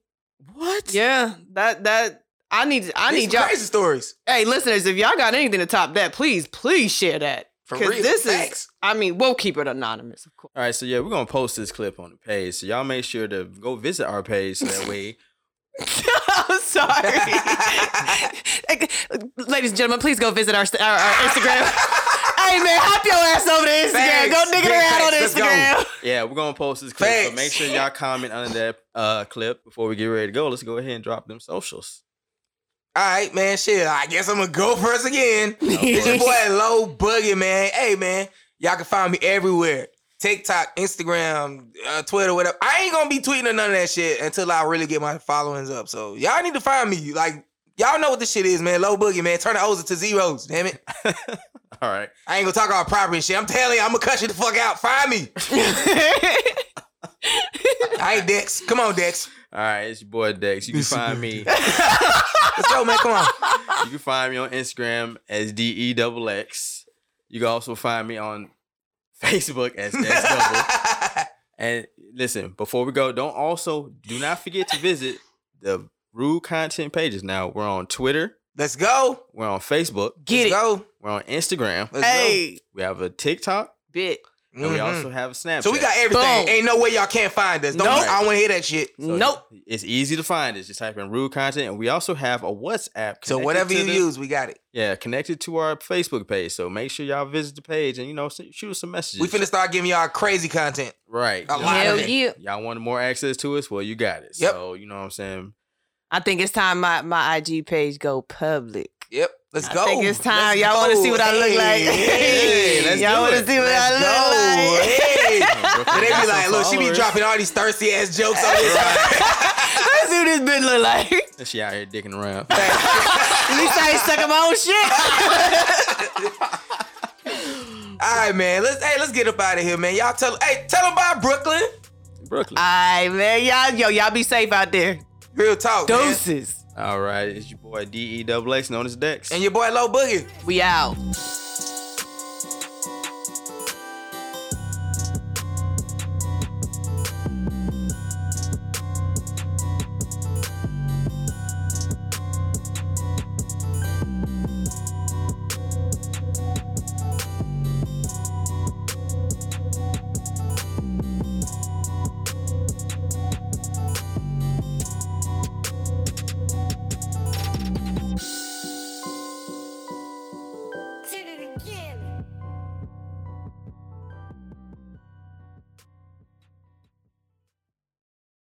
[SPEAKER 2] what?
[SPEAKER 4] yeah. That that I need I
[SPEAKER 5] These
[SPEAKER 4] need
[SPEAKER 5] some
[SPEAKER 4] y'all.
[SPEAKER 5] crazy stories. [laughs]
[SPEAKER 4] Hey, listeners, if y'all got anything to top that, please please share that.
[SPEAKER 5] For
[SPEAKER 4] Because
[SPEAKER 5] real,
[SPEAKER 4] this
[SPEAKER 5] facts.
[SPEAKER 4] is I mean we'll keep it anonymous, of
[SPEAKER 5] [laughs]
[SPEAKER 4] course. [laughs]
[SPEAKER 2] All right. So, yeah, we're going to post this clip on the page. So, y'all make sure to go visit our page so that way.
[SPEAKER 4] I'm sorry. [laughs] Ladies and gentlemen, please go visit our, st- our, our Instagram.
[SPEAKER 5] [laughs]
[SPEAKER 4] hey, man, hop your ass over to Instagram.
[SPEAKER 5] Thanks.
[SPEAKER 4] Go dig it
[SPEAKER 5] Big
[SPEAKER 4] around on
[SPEAKER 5] thanks. Let's go.
[SPEAKER 4] Instagram.
[SPEAKER 2] Yeah, we're going to post this clip. So,
[SPEAKER 5] Thanks.
[SPEAKER 2] make sure y'all comment under that uh, clip before we get ready to go. Let's go ahead and drop them socials. [laughs]
[SPEAKER 5] All right, man. Shit, I guess I'm gonna go first
[SPEAKER 4] [laughs]
[SPEAKER 5] again.
[SPEAKER 2] Of course.
[SPEAKER 5] It's your boy Low Boogie, man. Hey, man, y'all can find me everywhere. TikTok, Instagram, uh, Twitter, whatever. I ain't gonna be tweeting or none of that shit until I really get my followings up. So y'all need to find me. Like y'all know what this shit is, man. Low boogie, man. Turn the O's into zeros. Damn it.
[SPEAKER 2] All right.
[SPEAKER 5] I ain't gonna talk about property and shit. I'm telling you, I'm gonna cut you the fuck out. Find me.
[SPEAKER 4] [laughs]
[SPEAKER 5] I ain't Dex. Come on, Dex.
[SPEAKER 2] All right. It's your boy Dex. You can find me.
[SPEAKER 5] Let's go, man. Come on.
[SPEAKER 2] You can find me on Instagram as D E double X. You can also find me on Facebook
[SPEAKER 5] [laughs]
[SPEAKER 2] as X double. And listen, before we go, don't also do not forget to visit the Rude content pages. Now we're on Twitter,
[SPEAKER 5] Let's go.
[SPEAKER 2] we're on Facebook,
[SPEAKER 4] Get it.
[SPEAKER 5] Let's go.
[SPEAKER 2] we're on Instagram,
[SPEAKER 5] Let's
[SPEAKER 4] Hey,
[SPEAKER 2] we have a TikTok,
[SPEAKER 4] bit.
[SPEAKER 5] go.
[SPEAKER 2] and we
[SPEAKER 5] Mhm.
[SPEAKER 2] also have a Snapchat.
[SPEAKER 5] so we got everything.
[SPEAKER 4] Boom.
[SPEAKER 5] Ain't no way y'all can't find us. Don't
[SPEAKER 4] Nope.
[SPEAKER 5] I wanna hear that shit.
[SPEAKER 2] So
[SPEAKER 4] nope.
[SPEAKER 2] It's easy to find. It's just type in rude content, and we also have a WhatsApp.
[SPEAKER 5] So
[SPEAKER 2] connected
[SPEAKER 5] whatever
[SPEAKER 2] to
[SPEAKER 5] you
[SPEAKER 2] the-
[SPEAKER 5] use, we got it.
[SPEAKER 2] yeah, connected to our Facebook page. So make sure y'all visit the page and you know s- shoot us some messages.
[SPEAKER 5] We finna start giving y'all crazy content.
[SPEAKER 2] right.
[SPEAKER 5] a
[SPEAKER 2] Y'all
[SPEAKER 5] lot
[SPEAKER 2] wanted-
[SPEAKER 4] Hell
[SPEAKER 5] of it.
[SPEAKER 4] yeah.
[SPEAKER 2] Y'all wanted more access to us? Well, you got it.
[SPEAKER 5] Yep.
[SPEAKER 2] So you know what I'm
[SPEAKER 5] [laughs]
[SPEAKER 2] saying.
[SPEAKER 4] I think it's time my, my IG page go public.
[SPEAKER 5] Yep. Let's
[SPEAKER 4] I
[SPEAKER 5] go.
[SPEAKER 4] think it's time.
[SPEAKER 5] Let's
[SPEAKER 4] Y'all want to
[SPEAKER 5] go.
[SPEAKER 4] see what I look like?
[SPEAKER 5] Hey,
[SPEAKER 2] Hey,
[SPEAKER 4] [laughs]
[SPEAKER 2] let's
[SPEAKER 4] Y'all
[SPEAKER 2] do
[SPEAKER 4] want to
[SPEAKER 2] it.
[SPEAKER 4] see what I
[SPEAKER 5] Let's
[SPEAKER 4] look
[SPEAKER 5] go.
[SPEAKER 4] like? [laughs]
[SPEAKER 5] Hey.
[SPEAKER 2] Brooklyn
[SPEAKER 5] And they
[SPEAKER 2] got
[SPEAKER 5] be
[SPEAKER 2] some
[SPEAKER 5] like, look, she be
[SPEAKER 2] followers.
[SPEAKER 5] dropping all these thirsty ass jokes on this.
[SPEAKER 4] Let's see what this bitch look like. [laughs] At
[SPEAKER 2] She out here dicking around.
[SPEAKER 4] least I ain't sucking my own shit.
[SPEAKER 5] [laughs] all right, man. Let's hey, let's get up out of here, man. Y'all tell hey, tell them about Brooklyn.
[SPEAKER 2] Brooklyn.
[SPEAKER 4] All right, man. Y'all, yo, y'all be safe out there.
[SPEAKER 5] Real talk, man.
[SPEAKER 4] Doses.
[SPEAKER 2] All right, it's your boy D E double X, known as Dex.
[SPEAKER 5] And your boy Low Boogie.
[SPEAKER 4] We out.